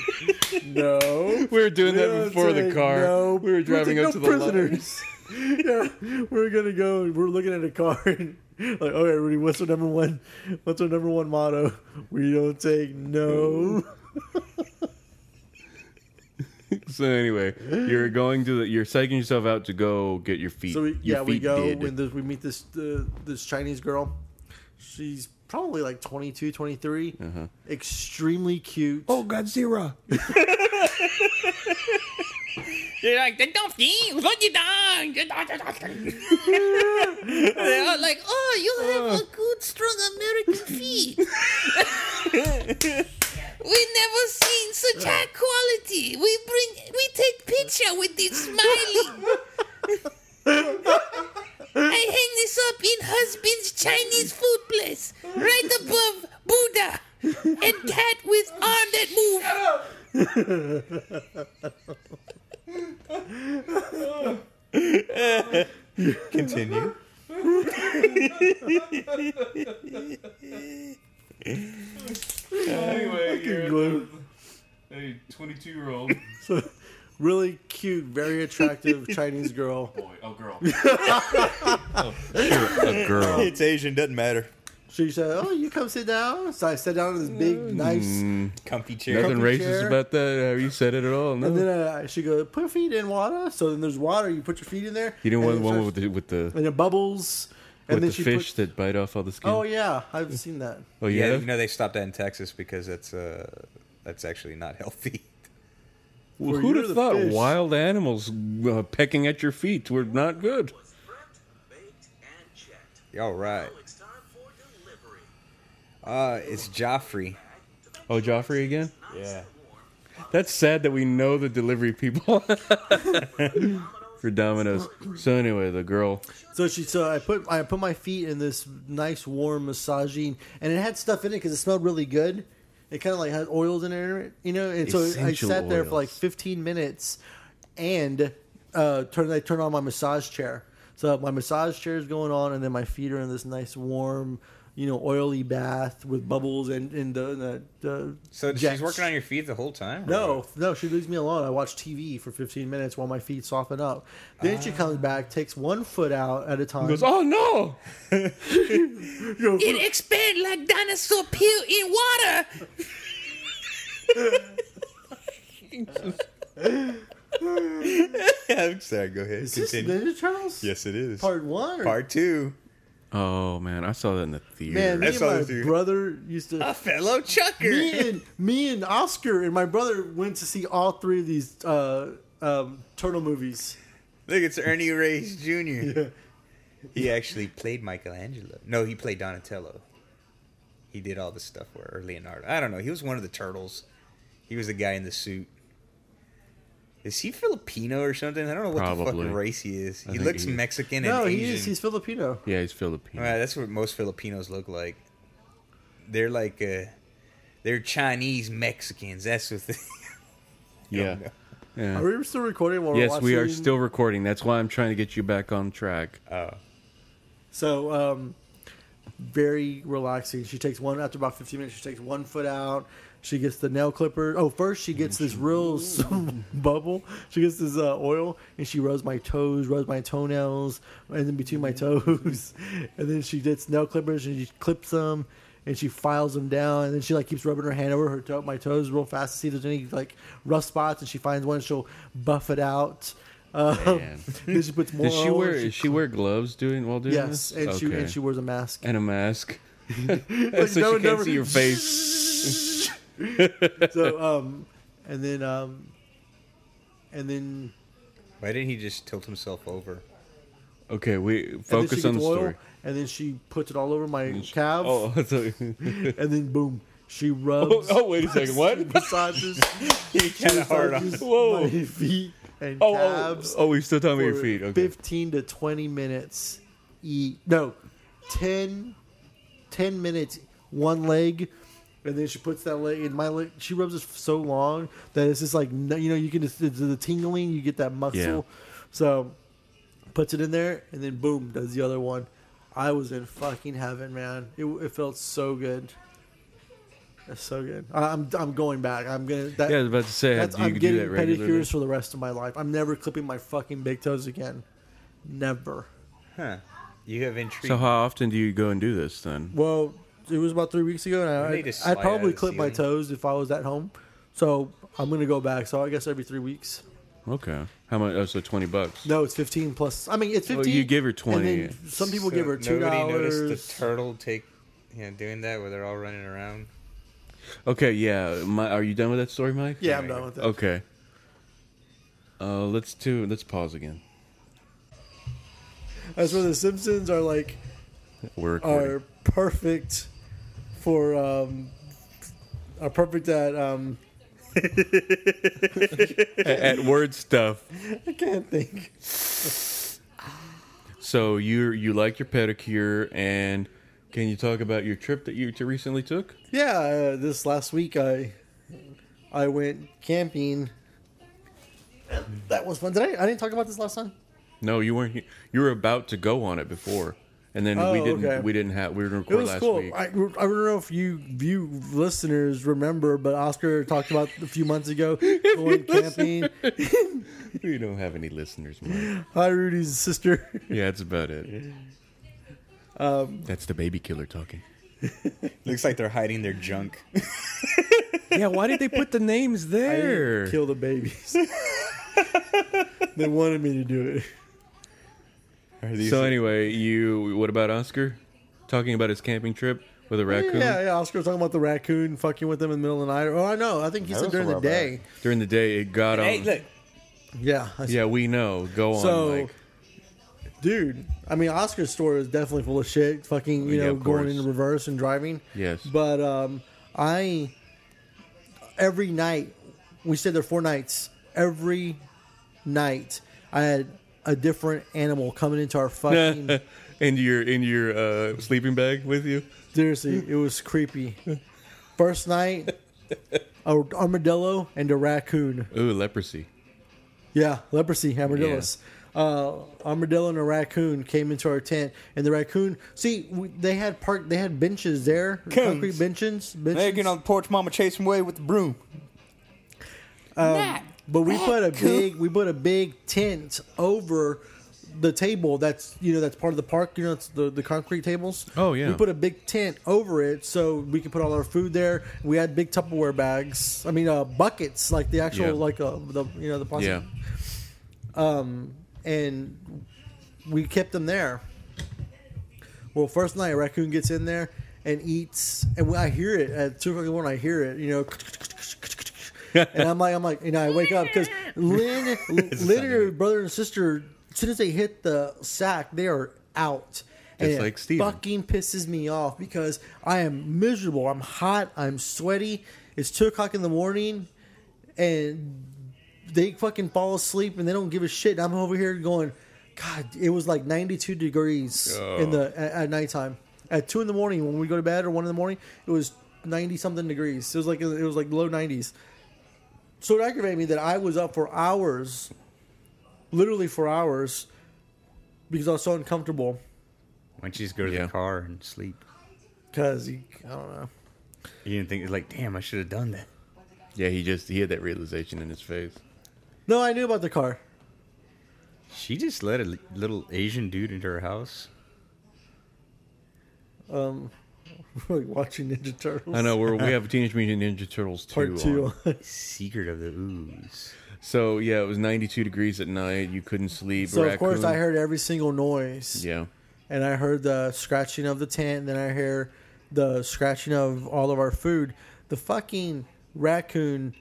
no, We were doing We that don't before the take car. no- we were don't driving take up to no the prisoners. prisoners. yeah, we're gonna go. and We're looking at a car and like, okay, Rudy, what's our number one? What's our number one motto? We don't take no. So anyway, you're going to the, you're psyching yourself out to go get your feet. So we, your yeah, feet we go did. when the, we meet this uh, this Chinese girl. She's probably like 22, 23. Uh-huh. Extremely cute. Oh, Godzilla. They're like, the donkey, what you done? They're all like, oh, you Uh. have a good, strong American feet. we never seen such high quality. We bring, we take picture with it smiling. I hang this up in husband's Chinese food place, right above Buddha and cat with arm that move. Continue. anyway, glue. a 22 year old Really cute, very attractive Chinese girl. boy, oh girl, a girl. It's Asian, doesn't matter. She said, "Oh, you come sit down." So I sat down in this big, Mm-hmm. nice. Comfy chair. Nothing racist Comfy chair. about that. Have you said it at all? No. And then uh, she goes, "Put your feet in water." So then there's water. You put your feet in there. you didn't and want it one starts- with the with the and it bubbles. with And then the she fish Put, that bite off all the skin. oh yeah, I've seen that. Oh, yeah, yeah. you know they stopped that in Texas because that's uh that's actually not healthy. Well, Where who'd you're have the thought fish. wild animals uh, pecking at your feet were not good? was prepped, baked, and checked. All right. Now it's time for delivery. Uh, it's Joffrey. Oh, Joffrey again? Yeah. That's sad that we know the delivery people for Domino's. So anyway, the girl. So she, so I put I put my feet in this nice warm massaging, and it had stuff in it because it smelled really good. It kind of like had oils in it, you know. And so I Essential sat there for like oils. 15 minutes, and uh, turn I turned on my massage chair. So my massage chair is going on, and then my feet are in this nice warm, you know, oily bath with bubbles and and the, and the, the So jets. she's working on your feet the whole time. or No, what? no, she leaves me alone. I watch TV for 15 minutes while my feet soften up. Then Ah. she comes back, takes one foot out at a time. Goes, oh no! It expand like dinosaur peel in water. Yeah, I'm sorry. Go ahead. Is this Continue. Ninja Turtles? Yes, it is. Part one? Or- Part two. Oh man, I saw that in the theater. Man, me I and saw my this dude. brother used to. A fellow chucker. me and me and Oscar and my brother went to see all three of these uh, um, turtle movies. Look, it's Ernie Reyes Jr. He actually played Michelangelo. No, he played Donatello. He did all the stuff where or Leonardo. I don't know. He was one of the turtles. He was the guy in the suit. Is he Filipino or something? I don't know what the Probably. fucking race he is. he think looks he is. Mexican no, and he Asian. is. He's Filipino. yeah, he's Filipino. Well, that's what most Filipinos look like. They're like uh they're Chinese Mexicans. That's what they yeah. know. Yeah. Are we still recording while we're Yes, watching? we are still recording. That's why I'm trying to get you back on track. So, um, very relaxing. She takes one after about 15 minutes. She takes one foot out. She gets the nail clipper. Oh, first she gets this real s- bubble. She gets this uh, oil, and she rubs my toes, rubs my toenails, and then between my Mm-hmm. toes, and then she gets nail clippers and she clips them, and she files them down, and then she like keeps rubbing her hand over her toe, my toes real fast to see if there's any like rough spots, and she finds one, and she'll buff it out Man. Then she puts more. Does she on, wear? Is she wear gloves doing while doing yes, this? and she Okay. and she wears a mask. and a mask, Like, so no she one can't never- see your face. so um, and then um, and then Why didn't he just tilt himself over? Okay, we and then she focus on the gets oil, story. And then she puts it all over my calves, Oh, so, and then boom, she rubs. oh, oh, wait a second. What? massages, Kind of hard on. massages Whoa. my feet and Oh, oh, calves. oh, we're still talking about your for feet. Okay. 15 to 20 minutes eat no 10 10 minutes one leg and then she puts that leg in my leg she rubs it so long that it's just like no- you know you can just it's the tingling you get that muscle Yeah. so puts it in there and then boom does the other one i was in fucking heaven man it, it felt so good it's so good I, i'm i'm going back i'm gonna that, Yeah, I was about to say, that's, do you I'm do getting that regularly? pedicures for the rest of my life. I'm never clipping my fucking big toes again. Never. Huh. You have intrigue. So how often do you go and do this then? Well, it was about three weeks ago, They and just I, I'd slide out probably of the clip my ceiling. toes if I was at home. So I'm gonna go back. So I guess every three weeks. Okay. How much? Oh, so twenty bucks. No, it's 15 plus. I mean, it's 15. Oh, you give her and 20. then some people give her two Nobody noticed the dollars. turtle take, you know, doing that where they're all running around. Okay. Yeah. My, are you done with that story, Mike? Yeah, I'm done with that. Okay. Uh, let's do. Let's pause again. That's where the Simpsons are like We're are recording. perfect for um are perfect at um at word stuff. I can't think. So you you like your pedicure, and can you talk about your trip that you t- recently took? Yeah, uh, this last week I I went camping. That was fun. Did I? I didn't talk about this last time. No, you weren't. he- You were about to go on it before, and then we Oh, didn't. okay. We didn't have. We were gonna It record was last cool. week. I, I don't know if you you listeners remember, but Oscar talked about a few months ago going camping. we don't have any listeners, Mike. Hi, Rudy's sister. Yeah, that's about it. Um, that's the baby killer talking. Looks like they're hiding their junk. Yeah, why did they put the names I didn't there? Kill the babies. they wanted me to do it. So anyway, you. What about Oscar? Talking about his camping trip with a raccoon Yeah, yeah. Oscar was talking about the raccoon fucking with them in the middle of the night. Oh, I know. I think he That said was during a the while back. day. during the day. It got on. hey, look. Yeah. I Yeah, we know. Go on, So, Mike. dude, I mean, Oscar's story was definitely full of shit. Fucking, you Yeah, know, of going course. into reverse and driving. Yes. But um, I, every night, we stayed there four nights. Every night, I had a different animal coming into our fucking. in your in your uh, sleeping bag with you. seriously, it was creepy. First night, a armadillo and a raccoon. Ooh, leprosy. Yeah, leprosy, armadillos. Uh, armadillo and a raccoon came into our tent, and the raccoon. See, we, they had park. They had benches there, concrete benches. They're benches getting uh, on the porch. Mama chased him away with the broom. Um, but we put a big, we put a big tent over the table. That's you know that's part of the park. You know, it's the the concrete tables. Oh, yeah. We put a big tent over it so we could put all our food there. We had big Tupperware bags. I mean, uh, buckets like the actual Yeah. like uh, the you know the plastic Yeah. and we kept them there. Well, first night, a raccoon gets in there and eats, and when I hear it at two o'clock in the morning. I hear it, you know, and I'm like, I'm like, and I wake up because Lynn, Lynn and her brother and sister, as soon as they hit the sack, they are out. And Just it like Steven. fucking pisses me off because I am miserable. I'm hot. I'm sweaty. It's two o'clock in the morning, and they fucking fall asleep and they don't give a shit. I'm over here going, God, it was like 92 degrees in the at, at nighttime. At two in the morning when we go to bed or one in the morning, it was 90 something degrees. It was like it was like low 90s. So it aggravated me that I was up for hours, literally for hours, because I was so uncomfortable. Why don't you just go to Yeah. the car and sleep? Because I don't know. You didn't think like, damn, I should have done that. Yeah, he just he had that realization in his face. No, I knew about the car. She just let a little Asian dude into her house. like watching Ninja Turtles. I know. We're, we have Teenage Mutant Ninja Turtles two. Part two. on. Secret of the ooze. So yeah, it was 92 degrees at night. You couldn't sleep. So of course raccoon. I heard every single noise. Yeah. and I heard the scratching of the tent, and then I hear the scratching of all of our food. The fucking raccoon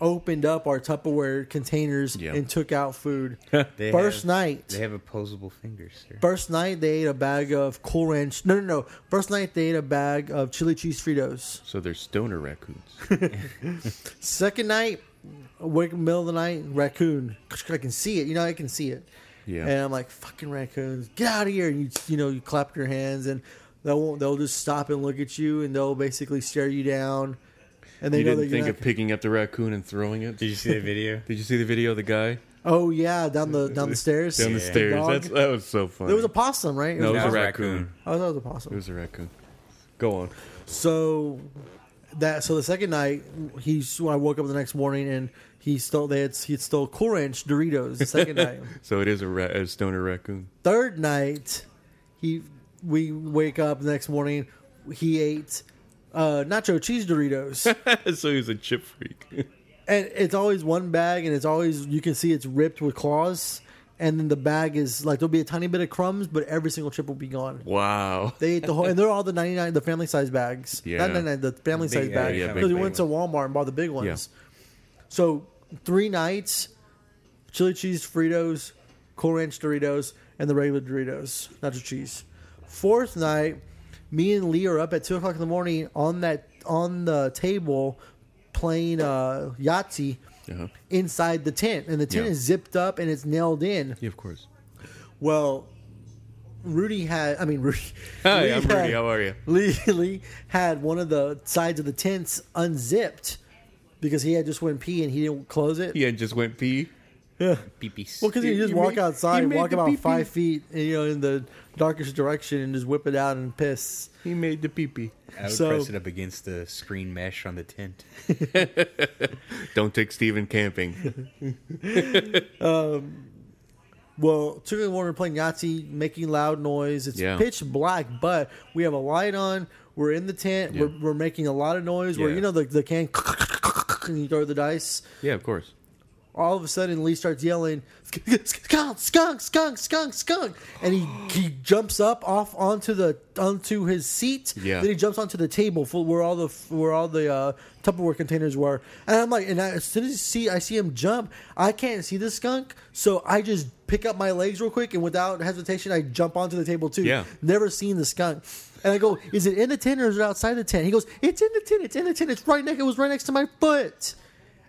opened up our Tupperware containers Yeah. and took out food. They First have- night. They have opposable fingers, sir. First night they ate a bag of Cool Ranch. No, no, no. First night they ate a bag of chili cheese Fritos. So they're stoner raccoons. Second night, wake middle of the night, raccoon. 'Cause I can see it. You know, I can see it. Yeah. And I'm like, fucking raccoons, get out of here! And you, you know, you clap your hands, and they'll won't- they'll just stop and look at you, and they'll basically stare you down. And they you know that didn't you're think not- of picking up the raccoon and throwing it? Did you see the video? Did you see the video of the guy oh yeah, down the down the stairs. down the Yeah. stairs? Dog. That's, that was so funny. There was a possum, right? It no, it was was a a possum. raccoon. Oh, that was a It possum. was a raccoon. Go on. So that so the second night, he's when I woke up the next morning, and he stole they had he stole Cool Ranch Doritos. The second night. So it is a, ra- a stoner raccoon. third night, he we wake up the next morning. He ate uh, nacho cheese Doritos, so he's a chip freak. and it's always one bag, and it's always you can see it's ripped with claws, and then the bag is like there'll be a tiny bit of crumbs, but every single chip will be gone. wow. They ate the whole, and they're all the ninety nine, the family size bags. Yeah. Yeah, not 99, the family Big- size yeah, bags. yeah, Because big we bag went to Walmart and bought the big ones. So three nights, chili cheese Fritos, Cool Ranch Doritos, and the regular Doritos, nacho cheese. Fourth night, me and Lee are up at two o'clock in the morning on that on the table playing uh, Yahtzee Uh-huh. inside the tent, and the tent Yeah. is zipped up and it's nailed in. Yeah, of course. Well, Rudy had. I mean, Rudy. Hi, Lee I'm had- Rudy. How are you? Lee, Lee had one of the sides of the tents unzipped because he had just went pee and he didn't close it. Yeah, just went pee. Peepees. Well, because you You- just you walk made- outside, you made walk the about pee-pee. five feet, you know, in the darkest direction, and just whip it out and piss. He made the pee pee. I would So- press it up against the screen mesh on the tent. Don't take Steven camping. Well, two in the morning playing Yahtzee, making loud noise. It's Yeah. pitch black, but we have a light on. We're in the tent. Yeah. We're, we're making a lot of noise. Where Yeah. you know the the can and you throw the dice. yeah, of course. all of a sudden Lee starts yelling, "Skunk, skunk, skunk, skunk, skunk!" And he he jumps up off onto the onto his seat. Yeah. Then he jumps onto the table full where all the where all the uh, Tupperware containers were. And I'm like, and I, as soon as you see I see him jump, I can't see the skunk, so I just pick up my legs real quick and without hesitation I jump onto the table too. Yeah. Never seen the skunk. And I go, is it in the tent or is it outside the tent? He goes, it's in the tent. It's in the tent. It's right next. It was right next to my foot.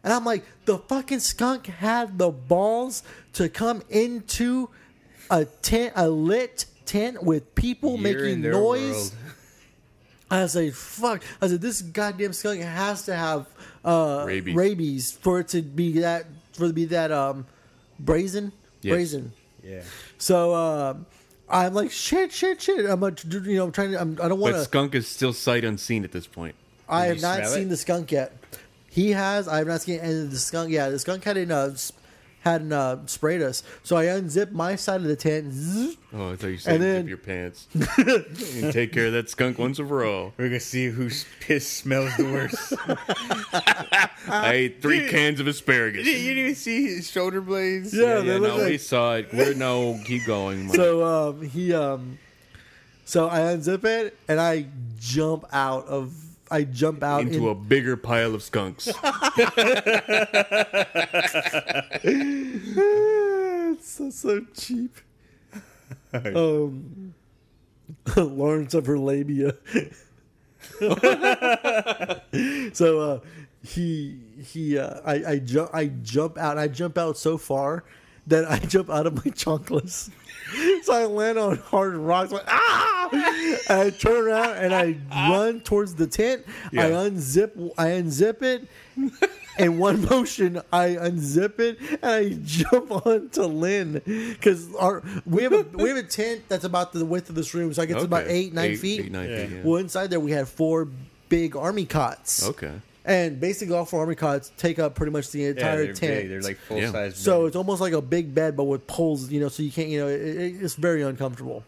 And I'm like, the fucking skunk had the balls to come into a tent, a lit tent with people You're making in their noise. world. I was like, fuck. I said, this goddamn skunk has to have uh, Rabies. rabies. for it to be that for it to be that um brazen, Yes. brazen. Yeah. So uh, I'm like, shit, shit, shit. I'm like, you know, I'm trying to. I'm, I don't want But to. skunk is still sight unseen at this point. I Did have you not smell seen it? the skunk yet. He has. I have not seen any of the skunk. Yeah, the skunk hadn't uh, s- hadn't uh, sprayed us. So I unzipped my side of the tent. zzz, Oh, I thought you said And then- zip your pants and take care of that skunk once and for all. We're gonna see whose piss smells the worst. I ate three cans of asparagus. you didn't even see his shoulder blades. Yeah, yeah, they look no, we like. saw it. We're no, keep going. Mike. So um, he um, so I unzip it and I jump out of. I jump out into a bigger pile of skunks. it's so, so cheap. Um, Lawrence of her labia. so uh, he he uh, I I jump I jump out. I jump out so far that I jump out of my chunkless. so I land on hard rocks. Like ah! I turn around and I run towards the tent. I Yeah. unzip I unzip it. In one motion, I unzip it and I jump onto Lynn because our we have a we have a tent that's about the width of this room, so I guess it's about Okay. eight nine feet. Eight, nine feet. yeah. Well, inside there we had four big army cots. Okay. And basically, all four army cots take up pretty much the Yeah, entire they're tent. big. They're like full Yeah. size. so it's almost like a big bed, but with poles, you know, so you can't, you know, it, it- it's very uncomfortable.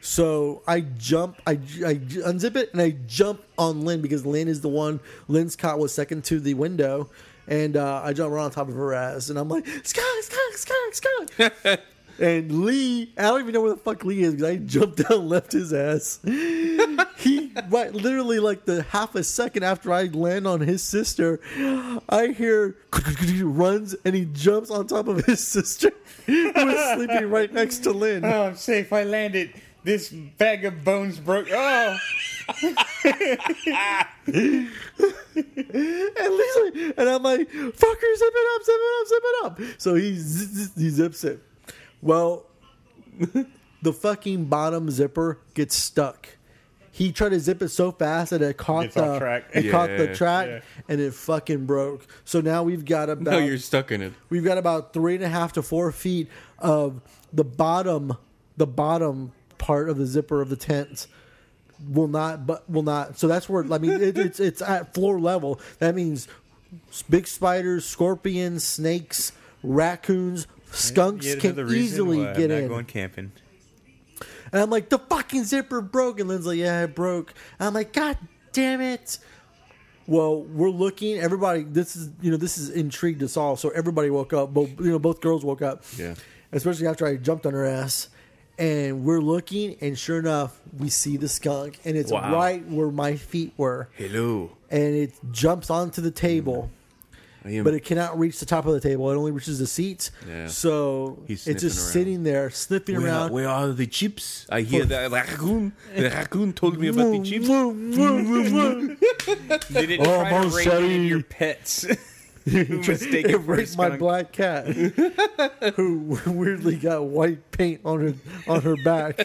So I jump, I, j- I j- unzip it, and I jump on Lynn because Lynn is the one. Lynn's cot was second to the window, and uh, I jump right on top of her ass, and I'm like, Skunk, Skunk, Skunk, Skunk. and Lee, I don't even know where the fuck Lee is because I jumped down, and left his ass. he right, literally like the half a second after I land on his sister, I hear runs and he jumps on top of his sister who is sleeping right next to Lynn. Oh, I'm safe. I landed. This bag of bones broke. Oh, And Lee's like, and I'm like, fucker, zip it up, zip it up, zip it up. So he, zi- zi- he zips it. Well, the fucking bottom zipper gets stuck. He tried to zip it so fast that it caught It's off the track. it caught the Yeah, track yeah. and it fucking broke. So now we've got about No, you're stuck in it. we've got about three and a half to four feet of the bottom the bottom part of the zipper of the tent will not but will not so that's where i mean it, it's it's at floor level that means s- big spiders scorpions snakes raccoons skunks Yet can another reason easily why get I'm not in going camping. and i'm like the fucking zipper broke and lynn's like yeah it broke and i'm like god damn it well, we're looking. Everybody, this is you know this is intrigued us all. So everybody woke up. Both you know both girls woke up. Yeah. Especially after I jumped on her ass, and we're looking, and sure enough, we see the skunk, and it's Wow. right where my feet were, Hello. and it jumps onto the table, I am but it cannot reach the top of the table. It only reaches the seats. Mm. Yeah. So He's it's sniffing just around. sitting there, sniffing where, around. where are the chips? I hear the raccoon. The raccoon told me about the chips. Vroom, vroom, vroom, vroom. Did it Oh, try to rein Marcelli. in your pets? Who mistaken it for a raped my skunk? black cat, who weirdly got white paint on her on her back.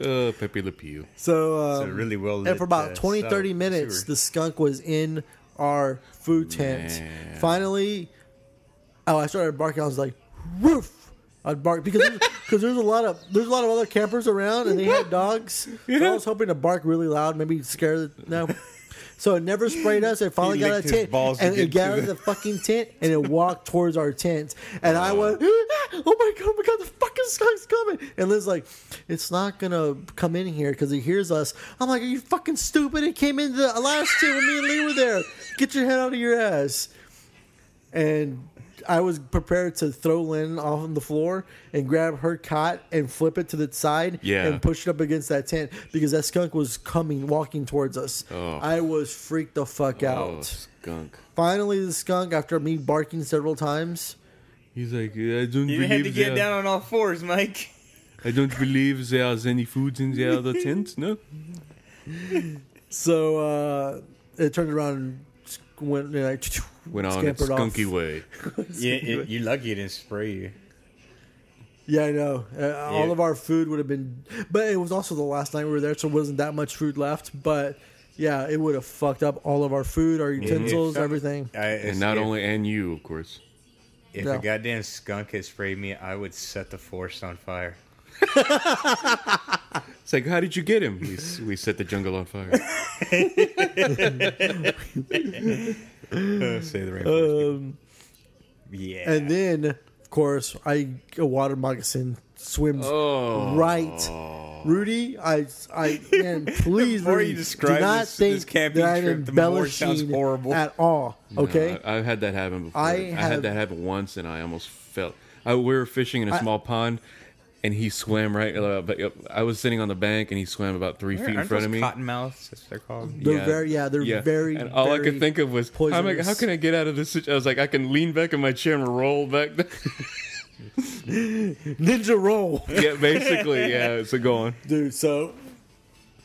Uh, Pepe Le Pew. So, um, a really well and lit, for about uh, 20, cell 30 minutes, sewer. the skunk was in our food tent. Man. Finally, oh, I started barking. I was like, "Roof!" I'd bark because because there's a lot of there's a lot of other campers around and they had dogs. So I was hoping to bark really loud, maybe scare the no. So it never sprayed us. It finally got out of licked the his tent balls to and get it got to out of the- the fucking tent and it walked towards our tent. And I went, "Ah, "Oh my god, oh my god, the fucking skunk's coming!" And Lynn's like, "It's not gonna come in here because it hears us." I'm like, "Are you fucking stupid? It came into the last tent when me and Lee were there. Get your head out of your ass." and I was prepared to throw Lynn off on the floor and grab her cot and flip it to the side Yeah. and push it up against that tent because that skunk was coming, walking towards us. Oh. I was freaked the fuck Oh, out. skunk. Finally, the skunk, after me barking several times, He's like, I don't you believe had to there- get down on all fours, Mike. I don't believe there's any food in the other tent. No. so uh, it turned around and went and I Went on its scampered off. skunky way. Yeah, it, you're lucky it didn't spray you. Yeah, I know. Uh, All Yeah. of our food would have been, but it was also the last night we were there, so it wasn't that much food left. But yeah, it would have fucked up all of our food, our utensils, If- everything. I, And not if, only, and you, of course. if No. a goddamn skunk had sprayed me, I would set the forest on fire. It's like, how did you get him? We, s- we set the jungle on fire. Uh, Say the rainforest. Mm. Um, yeah. and then, of course, I a water moccasin swims Oh. right. Rudy, I, I, man, please, more Rudy, you describe do not this- think this camping that I'm trip, the more it sounds embellishing horrible. at all. Okay, No, I, have had that happen before. I I, have- had that happen once, and I almost fell. I, we were fishing in a I- small pond, and he swam right. Uh, but uh, I was sitting on the bank, and he swam about 3 feet in Aren't front those of me. Cottonmouths, that's what they're called. They're very- yeah, they're very, And all I very could think of was, how, am I, poisonous. how can I get out of this? situ- I was like, I can lean back in my chair and roll back. down. ninja roll. yeah, basically, yeah. So go on. dude. So,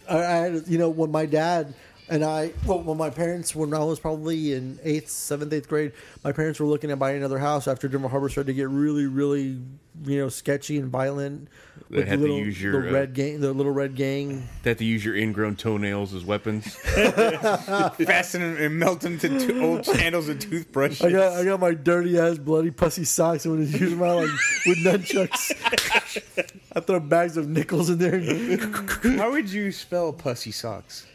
I, I had- you know when my dad and I, well, when my parents, when I was probably in eighth, seventh, eighth grade, my parents were looking at buying another house after Denver Harbor started to get really, really, you know, sketchy and violent. They had to little, use your, the uh, red gang, the little red gang. They have to use your ingrown toenails as weapons. Fasten them and melt them to two old sandals and toothbrushes. I got, I got my dirty ass, bloody pussy socks. and when to use them out like with nunchucks. I throw bags of nickels in there. How would you spell pussy socks?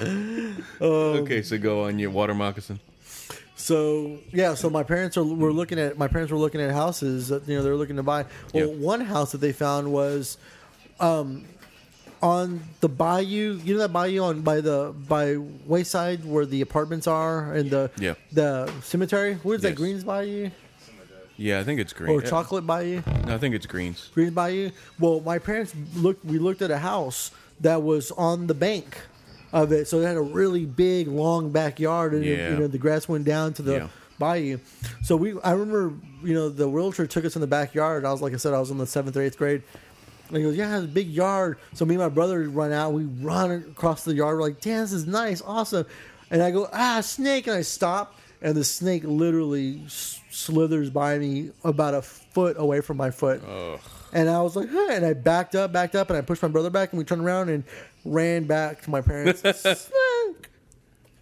Um, okay, so go on your water moccasin. So yeah, so my parents are, were looking at my parents were looking at houses that you know they're looking to buy. Well, Yep. one house that they found was, um, on the bayou, you know that bayou on by the by wayside where the apartments are and the Yeah. the cemetery. Where's that Yes. Greens Bayou Yeah, I think it's green. or Chocolate Bayou? No, I think it's greens. Greens Bayou. Well, my parents looked. We looked at a house that was on the bank of it, so it had a really big, long backyard, and it- Yeah. you know the grass went down to the Yeah. bayou. So we, I remember, you know, the realtor took us in the backyard. I was like I said, I was in the seventh or eighth grade. And he goes, yeah, it's a big yard. So me and my brother run out. We run across the yard. We're like, damn, this is nice, awesome. And I go, ah, snake. And I stop. And the snake literally s- slithers by me about a foot away from my foot. Oh. And I was like, huh. And I backed up, backed up. And I pushed my brother back. And we turned around and ran back to my parents. Snake.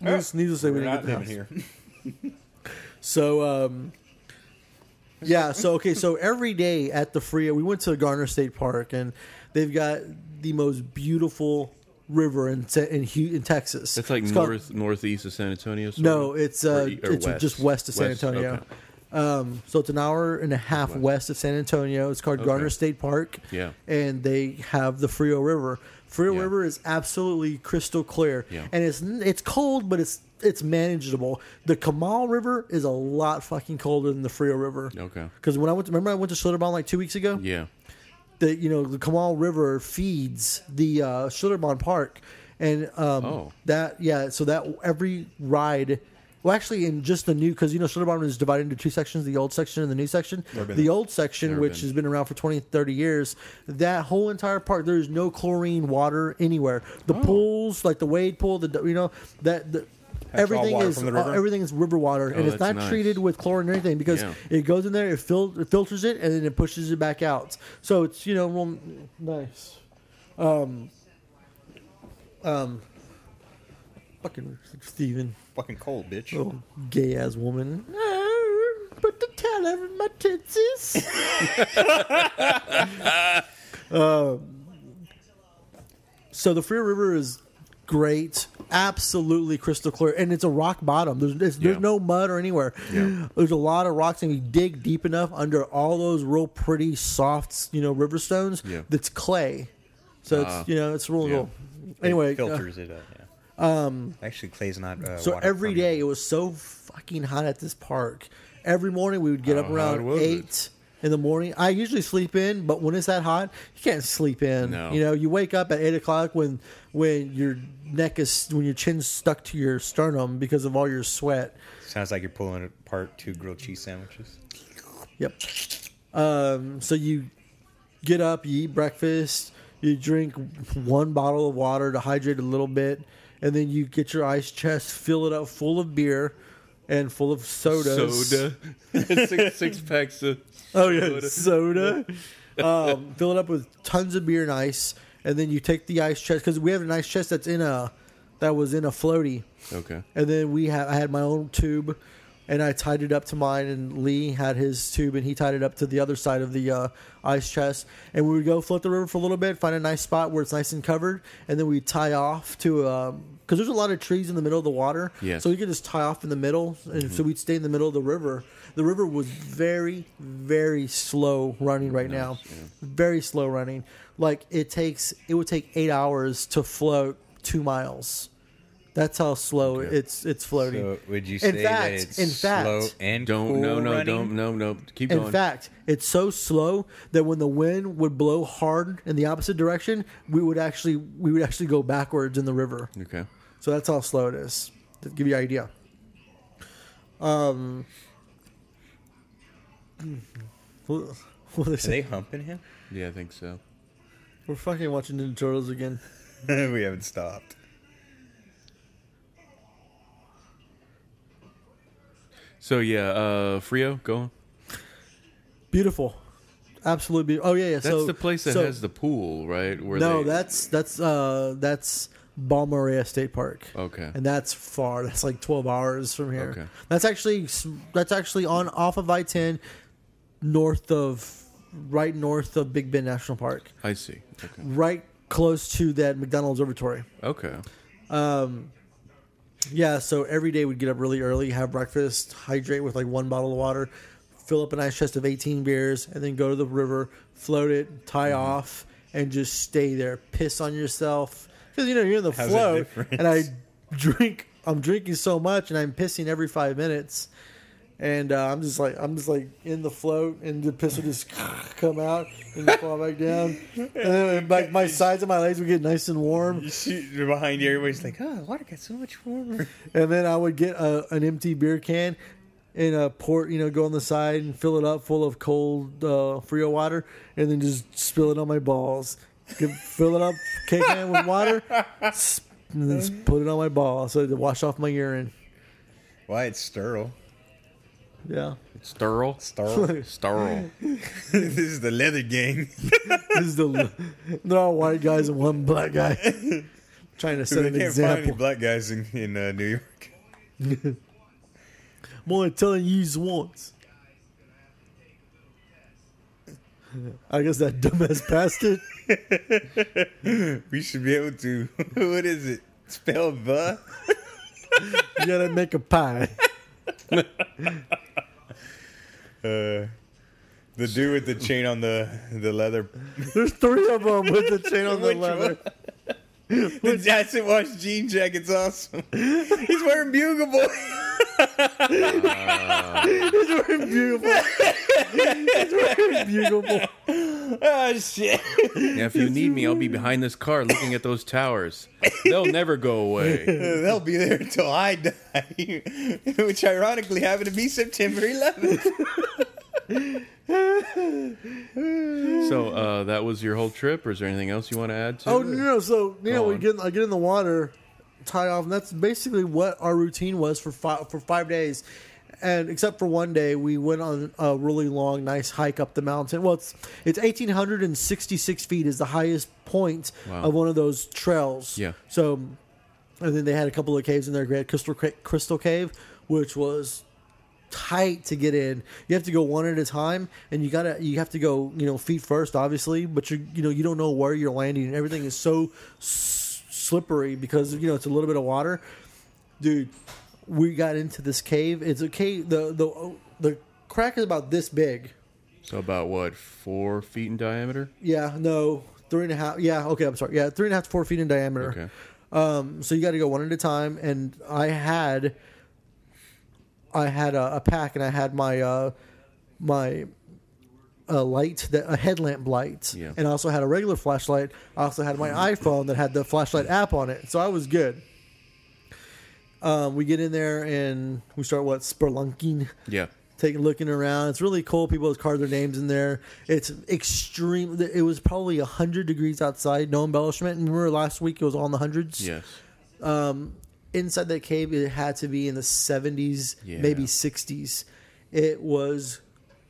Needless, needless to say, we We're didn't get not the living house. here. So, um, yeah. So, okay. So every day at the Frio, we went to Garner State Park, and they've got the most beautiful river in te- in, Hu- in Texas. It's like It's called- north northeast of San Antonio. sort no, of? it's Or uh, e- or it's just west of San Antonio. okay. Um, so it's an hour and a half west, of San Antonio. It's called Garner State Park. Yeah. and they have the Frio River. Frio Yeah. River is absolutely crystal clear, Yeah. and it's it's cold, but it's it's manageable. The Kamal River is a lot fucking colder than the Frio River. Okay. Because when I went, to, remember I went to Schlitterbahn like two weeks ago Yeah. the you know the Kamal River feeds the uh, Schlitterbahn Park, and um, Oh. that yeah, so that every ride. Well, actually, in just the new, because you know, Schlitterbahn is divided into two sections the old section and the new section. been The there. old section, which been. has been around for 20, 30 years, that whole entire park, there is no chlorine water anywhere. The Oh. pools, like the Wade pool, the you know, that the, everything water is from the uh, river? Oh, everything is river water, and it's that's not nice. treated with chlorine or anything because Yeah. it goes in there, it, fil- it filters it, and then it pushes it back out. So it's you know well, nice. Um, um, fucking Steven, Fucking cold, bitch. little gay ass woman. Ah, Put the towel over my titties. um, so the Free River is great, absolutely crystal clear, and it's a rock bottom. There's there's, there's Yeah. no mud or anywhere. Yeah. There's a lot of rocks, and you dig deep enough under all those real pretty soft, you know, river stones. Yeah. That's clay, so Ah. it's you know it's real Yeah. cool. Anyway, it uh, filters it up. Yeah. Um, actually, clay's not. Uh, so water every permeable. day it was so fucking hot at this park. Every morning we would get up How hot around was eight it? in the morning. I usually sleep in, but when it's that hot, you can't sleep in. No. You know, you wake up at eight o'clock when when your neck is when your chin's stuck to your sternum because of all your sweat. sounds like you're pulling apart two grilled cheese sandwiches. Yep. Um, so you get up, you eat breakfast, you drink one bottle of water to hydrate a little bit, and then you get your ice chest, fill it up full of beer and full of sodas. Soda. six, six packs of. Oh yeah, soda. um, fill it up with tons of beer and ice, and then you take the ice chest because we have an ice chest that's in a that was in a floaty, Okay. and then we had I had my own tube, and I tied it up to mine, and Lee had his tube, and he tied it up to the other side of the uh, ice chest, and we would go float the river for a little bit, find a nice spot where it's nice and covered, and then we tie off to. Um, because there's a lot of trees in the middle of the water, Yes. so we could just tie off in the middle, and so we'd stay in the middle of the river. The river was very, very slow running right now, very slow running. Like it takes, it would take eight hours to float two miles. That's how slow Okay. it's it's floating. So would you say that fact- it's in fact- slow and Don't cool no no running? don't no no keep in going. fact, it's so slow that when the wind would blow hard in the opposite direction, we would actually we would actually go backwards in the river. okay. So that's how slow it is. To give you an idea. Um. What they Are they say? humping him? Yeah, I think so. We're fucking watching Ninja Turtles again. we haven't stopped. So yeah, uh Frio, go on. Beautiful, absolutely beautiful. Oh yeah, yeah. That's so the place that so- has the pool, right? Where No, they- that's that's uh that's Balmorea State Park. Okay. and that's far. That's like twelve hours from here. Okay. That's actually s- that's actually on off of I ten, north of right north of Big Bend National Park, I see. Okay. right close to that McDonald's observatory. Okay. Yeah, so every day we'd get up really early, have breakfast, hydrate with like one bottle of water, Mm-hmm. fill up an ice chest of 18 beers, and then go to the river, float it, tie off, and just stay there, piss on yourself because you know you're in the How's that flow. different? And I drink, I'm drinking so much, and I'm pissing every five minutes, and uh, I'm just like I'm just like in the float, and the piss will just come out and fall back down, and then like my sides of my legs would get nice and warm, You see, behind you, everybody's like, "Oh, the water got so much warmer." and then I would get a, an empty beer can and a port, you know, go on the side and fill it up full of cold uh, Frio water, and then just spill it on my balls. Get- fill it up, cake can with water, s- and then just put it on my balls so to wash off my urine. Why it's sterile? Yeah, Sterile. Sterile. Sterile. this is the leather gang. this is the they're all white guys and one black guy trying to set they can't an find any example. black guys in, in uh, New York. I'm only telling you once. I guess that dumbass passed it. We should be able to. what is it? Spell the. You gotta make a pie. Uh, the dude with the chain on the the leather. There's three of them with the chain on the Which leather. The Jackson Wash jean jacket's awesome. He's wearing Bugle Boy. He's wearing bugle. He's wearing bugle. boy. oh shit! Now, if you need me, I'll be behind this car looking at those towers. They'll never go away. They'll be there until I die, which ironically happened to be September 11th. So uh, that was your whole trip, or is there anything else you want to add to? Oh it? no, no! So you know, Go we on. get I get in the water, tie off, and that's basically what our routine was for five for five days, and except for one day, we went on a really long, nice hike up the mountain. Well, it's it's eighteen hundred and sixty six feet is the highest point Wow. of one of those trails. Yeah. So and then they had a couple of caves in there. They had Crystal Ca- Crystal Cave, which was tight to get in. You have to go one at a time, and you gotta you have to go you know feet first, obviously. But you you know you don't know where you're landing, and everything is so s- slippery because you know it's a little bit of water, dude. We got into this cave. It's a cave. The the the crack is about this big. So about what, four feet in diameter? Yeah, no, three and a half. Yeah, okay, I'm sorry. Yeah, three and a half to four feet in diameter. Okay. Um, so you got to go one at a time. And I had, I had a, a pack, and I had my, uh, my, a light that a headlamp light, Yeah. and I also had a regular flashlight. I also had my iPhone that had the flashlight app on it, so I was good. Um, we get in there and we start what spelunking Yeah. taking looking around. It's really cool. People have carved their names in there. It's extreme. It was probably hundred degrees outside, no embellishment. And remember last week it was on the hundreds. Yes. Inside that cave, it had to be in the seventies, Yeah. maybe sixties. It was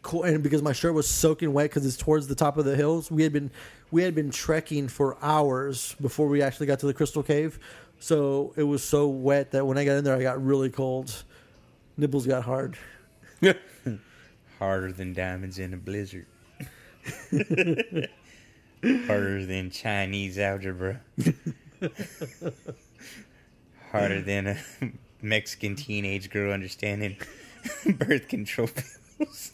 cool, and because my shirt was soaking wet because it's towards the top of the hills, we had been we had been trekking for hours before we actually got to the crystal cave. So it was so wet that when I got in there, I got really cold. Nipples got hard. Harder than diamonds in a blizzard. Harder than Chinese algebra. Harder than a Mexican teenage girl understanding birth control pills.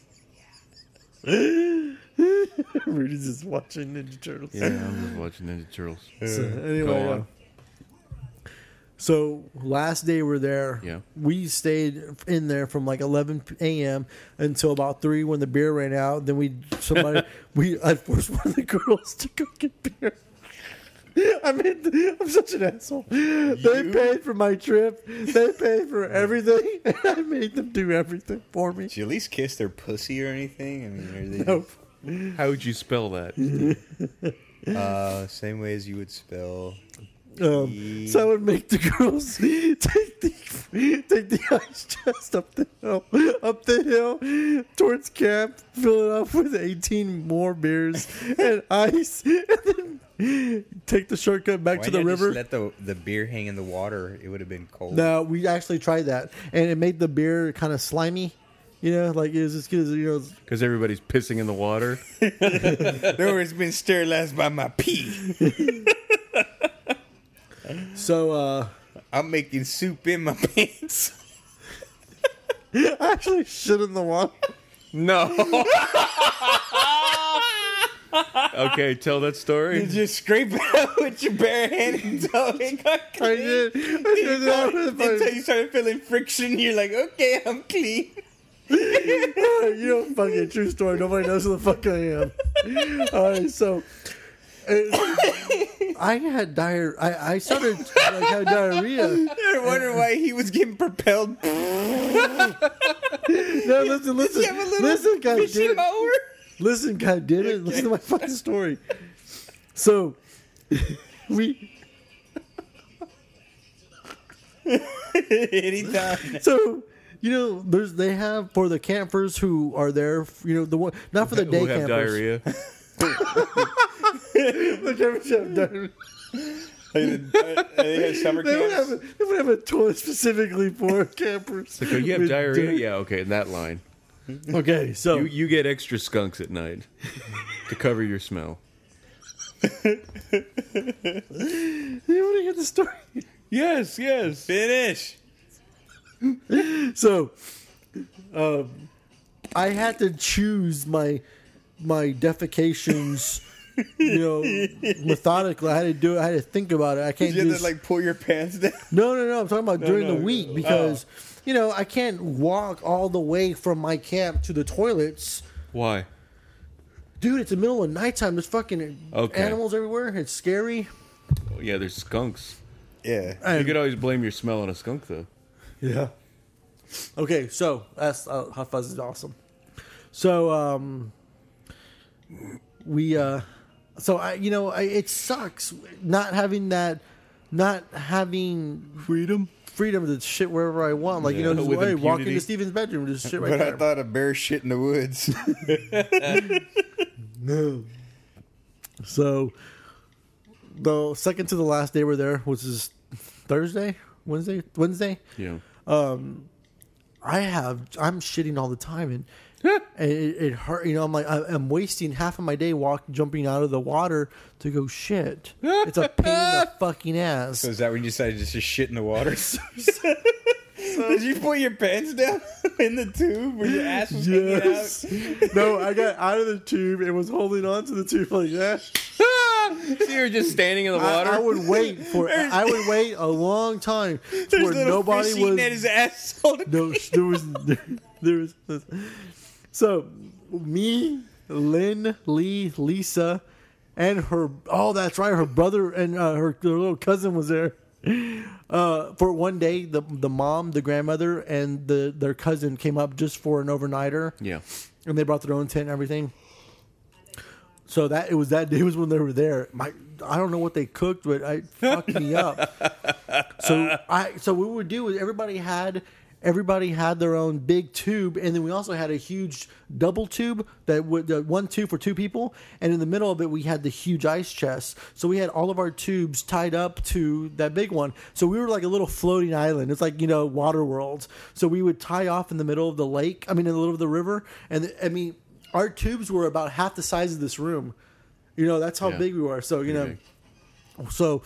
Rudy's just watching Ninja Turtles. Yeah, I'm just watching Ninja Turtles. So, anyway, Uh, Go yeah. on. so last day we're there. Yeah. we stayed in there from like 11 p- a.m. until about three when the beer ran out. Then we somebody we I forced one of the girls to go get beer. I mean, I'm such an asshole. They paid for my trip. They paid for everything. And I made them do everything for me. Did you at least kiss their pussy or anything? I mean, are they Nope. How would you spell that? uh, same way as you would spell Um, so I would make the girls take the take the ice chest up the hill, up the hill towards camp, fill it up with eighteen more beers and ice, and then take the shortcut back Why to the didn't I just river. let the the beer hang in the water. It would have been cold. No, we actually tried that, and it made the beer kind of slimy. You know, like it was as good as you know. Because everybody's pissing in the water. there has been sterilized by my pee. So uh, I'm making soup in my pants. I actually shit in the water. No. Okay, tell that story. You just scrape it out with your bare hand until it got clean. I did. I did that with my- Until you started feeling friction, you're like, okay, I'm clean. you don't fucking true story. Nobody knows who the fuck I am. All right, so uh, I had diarrhea. I, I started like had diarrhea. I wonder why he was getting propelled. No, listen, listen, You have a little listen, God fishing damn it. mower? Listen, God damn it. Listen to my fucking story. So we Anytime. so you know there's they have for the campers who are there. You know the one not for the day We'll have campers. diarrhea. The campers have diarrhea. They have summer They would camps. have a, they would have a toilet specifically for campers. Like, oh, you have With diarrhea? dirt. Yeah, okay, in that line. Okay, so You, you get extra skunks at night to cover your smell. you want to hear the story? Yes, yes. Finish. So, um, I had to choose my my defecations. You know, methodically, I had to do it. I had to think about it. I can't You had just to like pull your pants down. no, no, no. I'm talking about during no, the week because you know I can't walk all the way from my camp to the toilets, Why? dude. It's the middle of nighttime. There's fucking Okay. animals everywhere. It's scary. Oh, yeah, there's skunks. Yeah. You could always blame your smell on a skunk, though. Yeah. Okay, so that's uh, Hot Fuzz is awesome. So um, we uh, so I you know I, it sucks not having that, not having freedom, freedom to shit wherever I want. Like you Yeah, know, just, with hey, walk impunity. into Steven's bedroom, just shit right But I there. thought of bear shit in the woods. so the second to the last day we're there, which is Thursday, Wednesday, Wednesday. You know. I have I'm shitting all the time and, and it, it hurt you know I'm like I- I'm wasting half of my day walk jumping out of the water to go shit. It's a pain in the fucking ass. so is that when you decided to just shit in the water? Did you pull your pants down in the tube where your ass was hanging out? Yes. no, I got out of the tube and was holding on to the tube like that. so you're just standing in the I, water? I would wait for I would wait a long time to where nobody was at his asshole. no, sh- there was there was so me, Lynn, Lee, Lisa, and her. Oh, that's right, her brother and uh, her, her little cousin was there. Uh, for one day, the the mom, the grandmother, and the their cousin came up just for an overnighter yeah. and they brought their own tent and everything. So that it was that day was when they were there. My I don't know what they cooked, but I fucked me up. Uh, So I so what we would do is everybody had everybody had their own big tube, and then we also had a huge double tube that would that one tube for two people, and in the middle of it we had the huge ice chest. So we had all of our tubes tied up to that big one. So we were like a little floating island. It's like you know water worlds. So we would tie off in the middle of the lake. I mean in the middle of the river, and I mean our tubes were about half the size of this room. You know that's how Yeah. big we were. So you know. big. So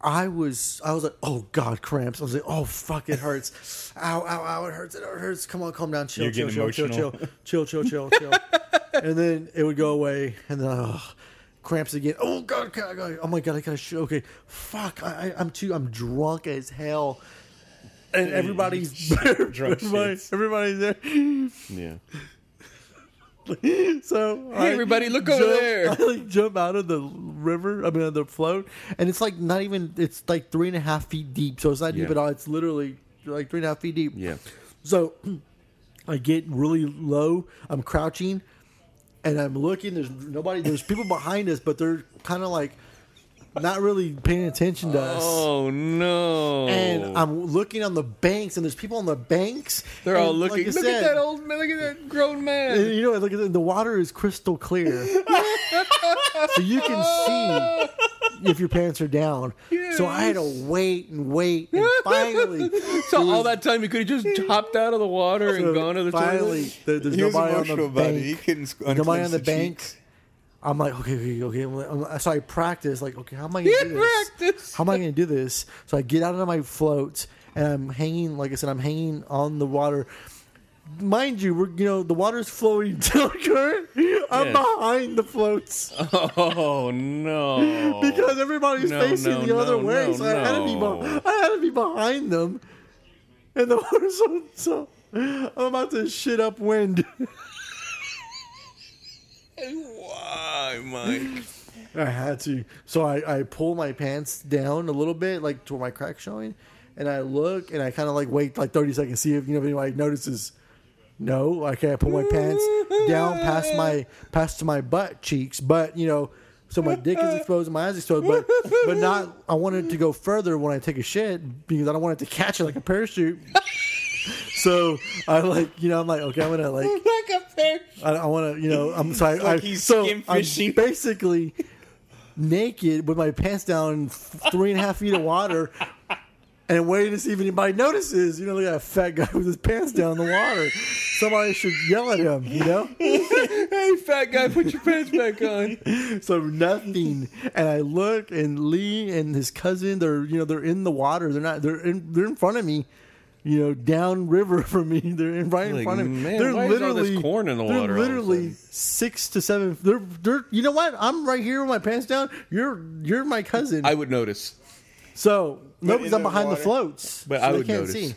I was I was like, oh god, cramps. I was like, oh fuck, it hurts. ow, ow, ow, it hurts, it hurts. Come on, calm down, chill, You're chill, getting chill, chill, chill, emotional. chill, chill, chill, chill. and then it would go away, and then oh, cramps again. Oh god, god, god. oh my god, I gotta shit. Okay, fuck, I, I, I'm too, I'm drunk as hell. And everybody's drunk everybody, shits. everybody's there. Yeah. So Hey, everybody, look over jump- there. I like jump out of the river. I mean, of the float, and it's like not even. It's like three and a half feet deep. So it's not deep Yeah. at all. It's literally like three and a half feet deep. Yeah. So I get really low. I'm crouching, and I'm looking. There's nobody. There's people behind us, but they're kind of like not really paying attention to us. Oh, no. And I'm looking on the banks, and there's people on the banks. They're all And like looking. I look at said- that old man. Look at that grown and man. you know, look at the, the water is crystal clear, so you can see if your pants are down. So I had to wait and wait, and finally, So all that time you could have just hopped out of the water and gone to the finally, toilet. there- there's He was nobody on emotional the about it. bank. He couldn't. Nobody unclench on the, bank. cheeks. I'm like, okay, okay, okay. I'm like- I'm- so I practice, like, okay, how am I gonna do this? practice. How am I gonna do this? So I get out of my floats and I'm hanging, like I said, I'm hanging on the water. mind you, we're you know the water's flowing down current. I'm Yes. behind the floats Oh no! because everybody's No, facing no, the other no, way, no, so I had to be no. be- I had to be behind them, and the water's so, so I'm about to shit upwind. Why, Mike? I had to. So I, I pull my pants down a little bit, like to where my crack's showing, and I look and I kind of like wait like 30 seconds, see if you know if anybody notices. No, I can't pull my pants down past my past my butt cheeks, but you know, so my dick is exposed, and my eyes exposed, but but not. I want it to go further when I take a shit because I don't want it to catch it like a parachute. So I like you know I'm like okay I'm gonna like Like a pair. I, I want to, you know, I'm sorry. like I, he's so skin I'm fishing. basically naked with my pants down, f- three and a half feet of water, and waiting to see if anybody notices. You know, look at that fat guy with his pants down in the water. Somebody should yell at him, you know? Hey, fat guy, put your pants back on. So nothing. And I look, and Lee and his cousin, they're you know they're in the water. They're not. They're in. They're in front of me. You know, down river from me. They're in right in Like, front of me. man, they're why is all this corn in the they're water all of a Literally sudden? six to seven. They're, they're. You know what? I'm right here with my pants down. You're you're my cousin. I would notice, so no, But because in I'm the behind the water. floats. but so I they would can't notice. see.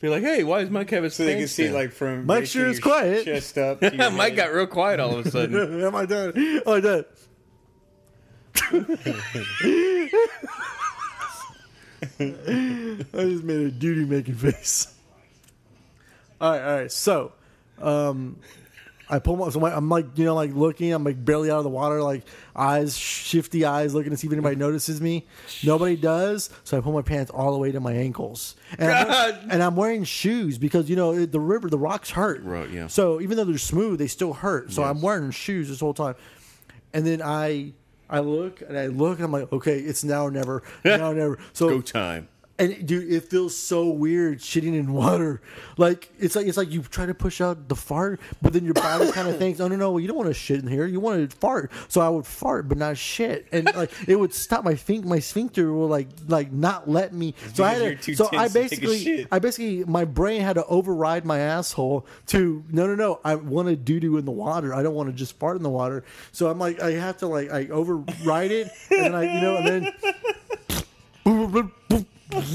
Be like, hey, why is Mike have his So they can pants see down? like from Mike basically sure is your quiet. Chest up. to your Mike got head. real quiet all of a sudden. Am I done? Am I done? I just made a duty making face. All right, all right. So, um, I pull my. So my, I'm like, you know, like looking. I'm like barely out of the water, like eyes, shifty eyes, looking to see if anybody notices me. Nobody does. So I pull my pants all the way to my ankles, and, God. I'm, and I'm wearing shoes because you know it- the river, the rocks hurt. Right, yeah. So even though they're smooth, they still hurt. So I'm wearing shoes this whole time, and then I. I look and I look and I'm like, okay, it's now or never, now or never. So Go time. and dude, it feels so weird shitting in water. Like it's like it's like you try to push out the fart, but then your body kind of thinks, "Oh no, no, well, you don't want to shit in here. You want to fart." So I would fart, but not shit, and like it would stop my think my sphincter will like like not let me. So I because you're had too to, so tense to I take a basically shit. I basically my brain had to override my asshole to no no no I want to doo doo in the water. I don't want to just fart in the water. So I'm like I have to like I override it, and then I you know and then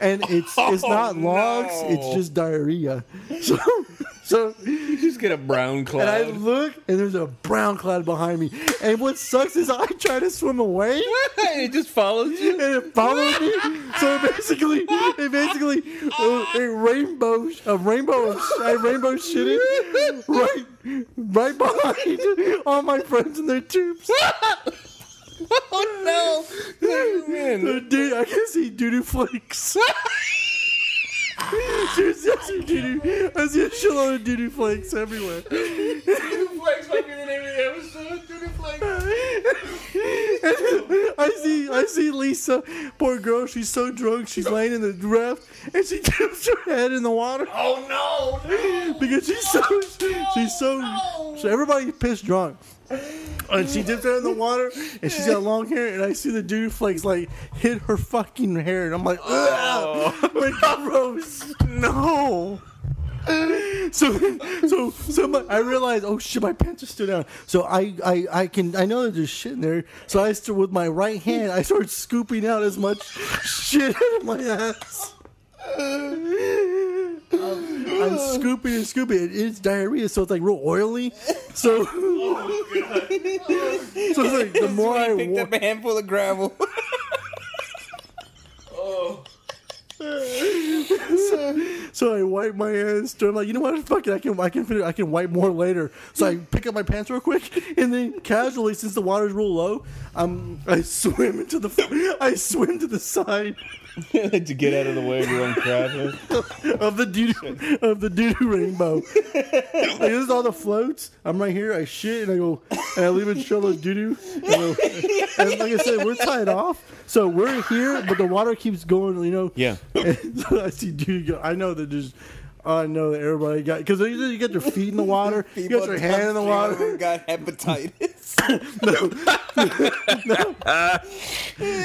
and it's it's not logs, it's just diarrhea. So so You just get a brown cloud. and I look and there's a brown cloud behind me. And what sucks is I try to swim away it just follows you. and it followed me. So it basically it basically uh, a, a rainbow a rainbow of sh- a rainbow shitted right right behind all my friends and their tubes. Oh no, man! Dude, I can see doo doo flakes. There's just doo doo. I see a shitload of doo doo flakes everywhere. Flakes might be the name of the episode. Dude, flakes. I see, I see Lisa, poor girl. She's so drunk. She's laying in the raft, and she dips her head in the water. Oh no! Because she's so, she's so, so everybody's pissed drunk. And she dips her in the water, and she's got long hair. And I see the dude flakes like hit her fucking hair, and I'm like, ugh, like gross, no. So, so, so my, I realized, oh shit, my pants are still down. So I, I, I can, I know that there's shit in there. So I, st- with my right hand, I started scooping out as much shit out of my ass. I'm scooping and scooping. It is diarrhea, so it's like real oily. So, so it's like the more I Picked wa- up a handful of gravel. So I wipe my hands. So I'm like, you know what? Fuck it. I can I can finish, I can wipe more later. So I pick up my pants real quick, and then casually, since the water's real low, I'm I swim into the I swim to the side to get out of the way of your own crowd. of the doo of the doo rainbow. like, this is all the floats. I'm right here. I shit and I go and I leave a trail of doo doo. And, I- and like I said, we're tied off, so we're here, but the water keeps going. You know. Yeah. And so I see dude go. I know that there's. I know that everybody got because they you got their feet in the water, you got your hand in the water. Got hepatitis.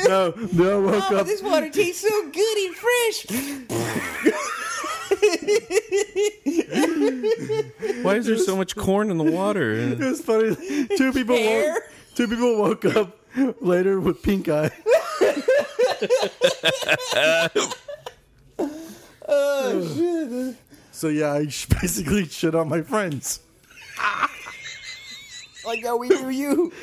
No, no, I woke oh, up. Oh, this water tastes so good and fresh. Why is there so much corn in the water? It was funny. Two people woke, two people woke up later with pink eye. Oh, So yeah, I sh- basically shit on my friends. like how we do you.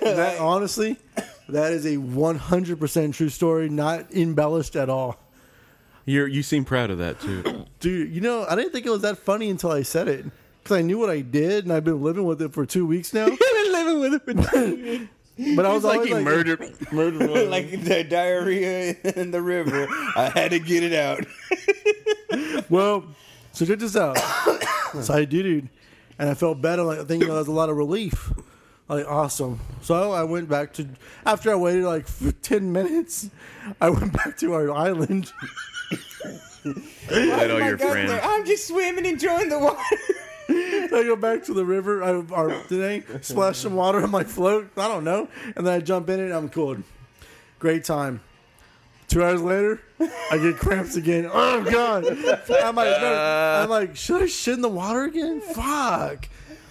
That honestly, that is a 100% true story, not embellished at all. You're, you seem proud of that too. Dude, you know, I didn't think it was that funny until I said it. Because I knew what I did and I've been living with it for two weeks now. living with But I was Oh like always he murdered, murdered. one. like the diarrhea in the river. I had to get it out. Well, so check this out. so I dude, and I felt better. Like I think that was a lot of relief. Like awesome. So I went back to after I waited like f- ten minutes. I went back to our island. Let all I your got friends. there. I'm just swimming, enjoying the water. I go back to the river. I or today splash some water on my float. I don't know, and then I jump in it. and I'm cool. Great time. Two hours later, I get cramps again. Oh god! I'm like, no, Uh. I'm like, should I shit in the water again? Fuck.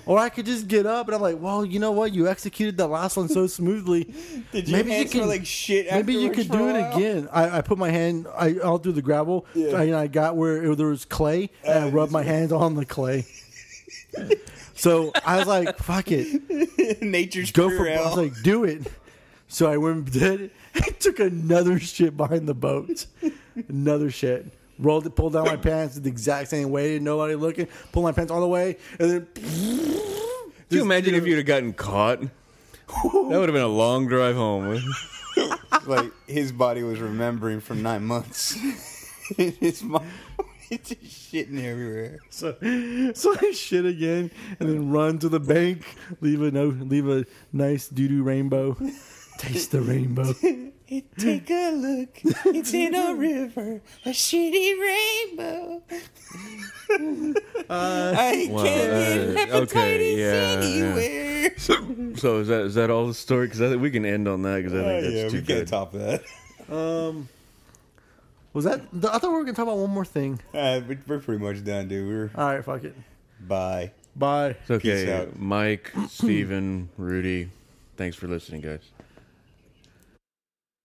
Or I could just get up, and I'm like, well, you know what? You executed that last one so smoothly. Did your Maybe you hands can- smell like shit? Maybe you afterwards could for a do it while? again. I, I put my hand, I, all through the gravel, Yeah. Uh, and I got where it, there was clay, and I rubbed my hands on the clay. so I was like, fuck it. Nature's Go pure for I was hell. like, do it. So I went and did it. I took another shit behind the boat. another shit. Rolled it, pulled down my pants the exact same way, nobody looking. Pulled my pants all the way, and then Can you imagine if you'd have gotten caught? That would have been a long drive home. like his body was remembering from nine months. his mom it's just shitting everywhere. So, so I shit again and then run to the bank, leave a note, leave a nice doo doo rainbow. Taste the rainbow. Take a look. It's in a river, a shitty rainbow. I wow, can't that- get hepatitis Uh, okay, yeah, yeah. anywhere. So is that is that all the story? Because I think we can end on that. Because I think that's Uh, yeah, too we good. can't top that. Was that? I thought we were gonna talk about one more thing. Uh, we- we're pretty much done, dude. We're All right, fuck it. bye. Bye. It's okay, Peace out. Mike, Steven, Rudy. Thanks for listening, guys.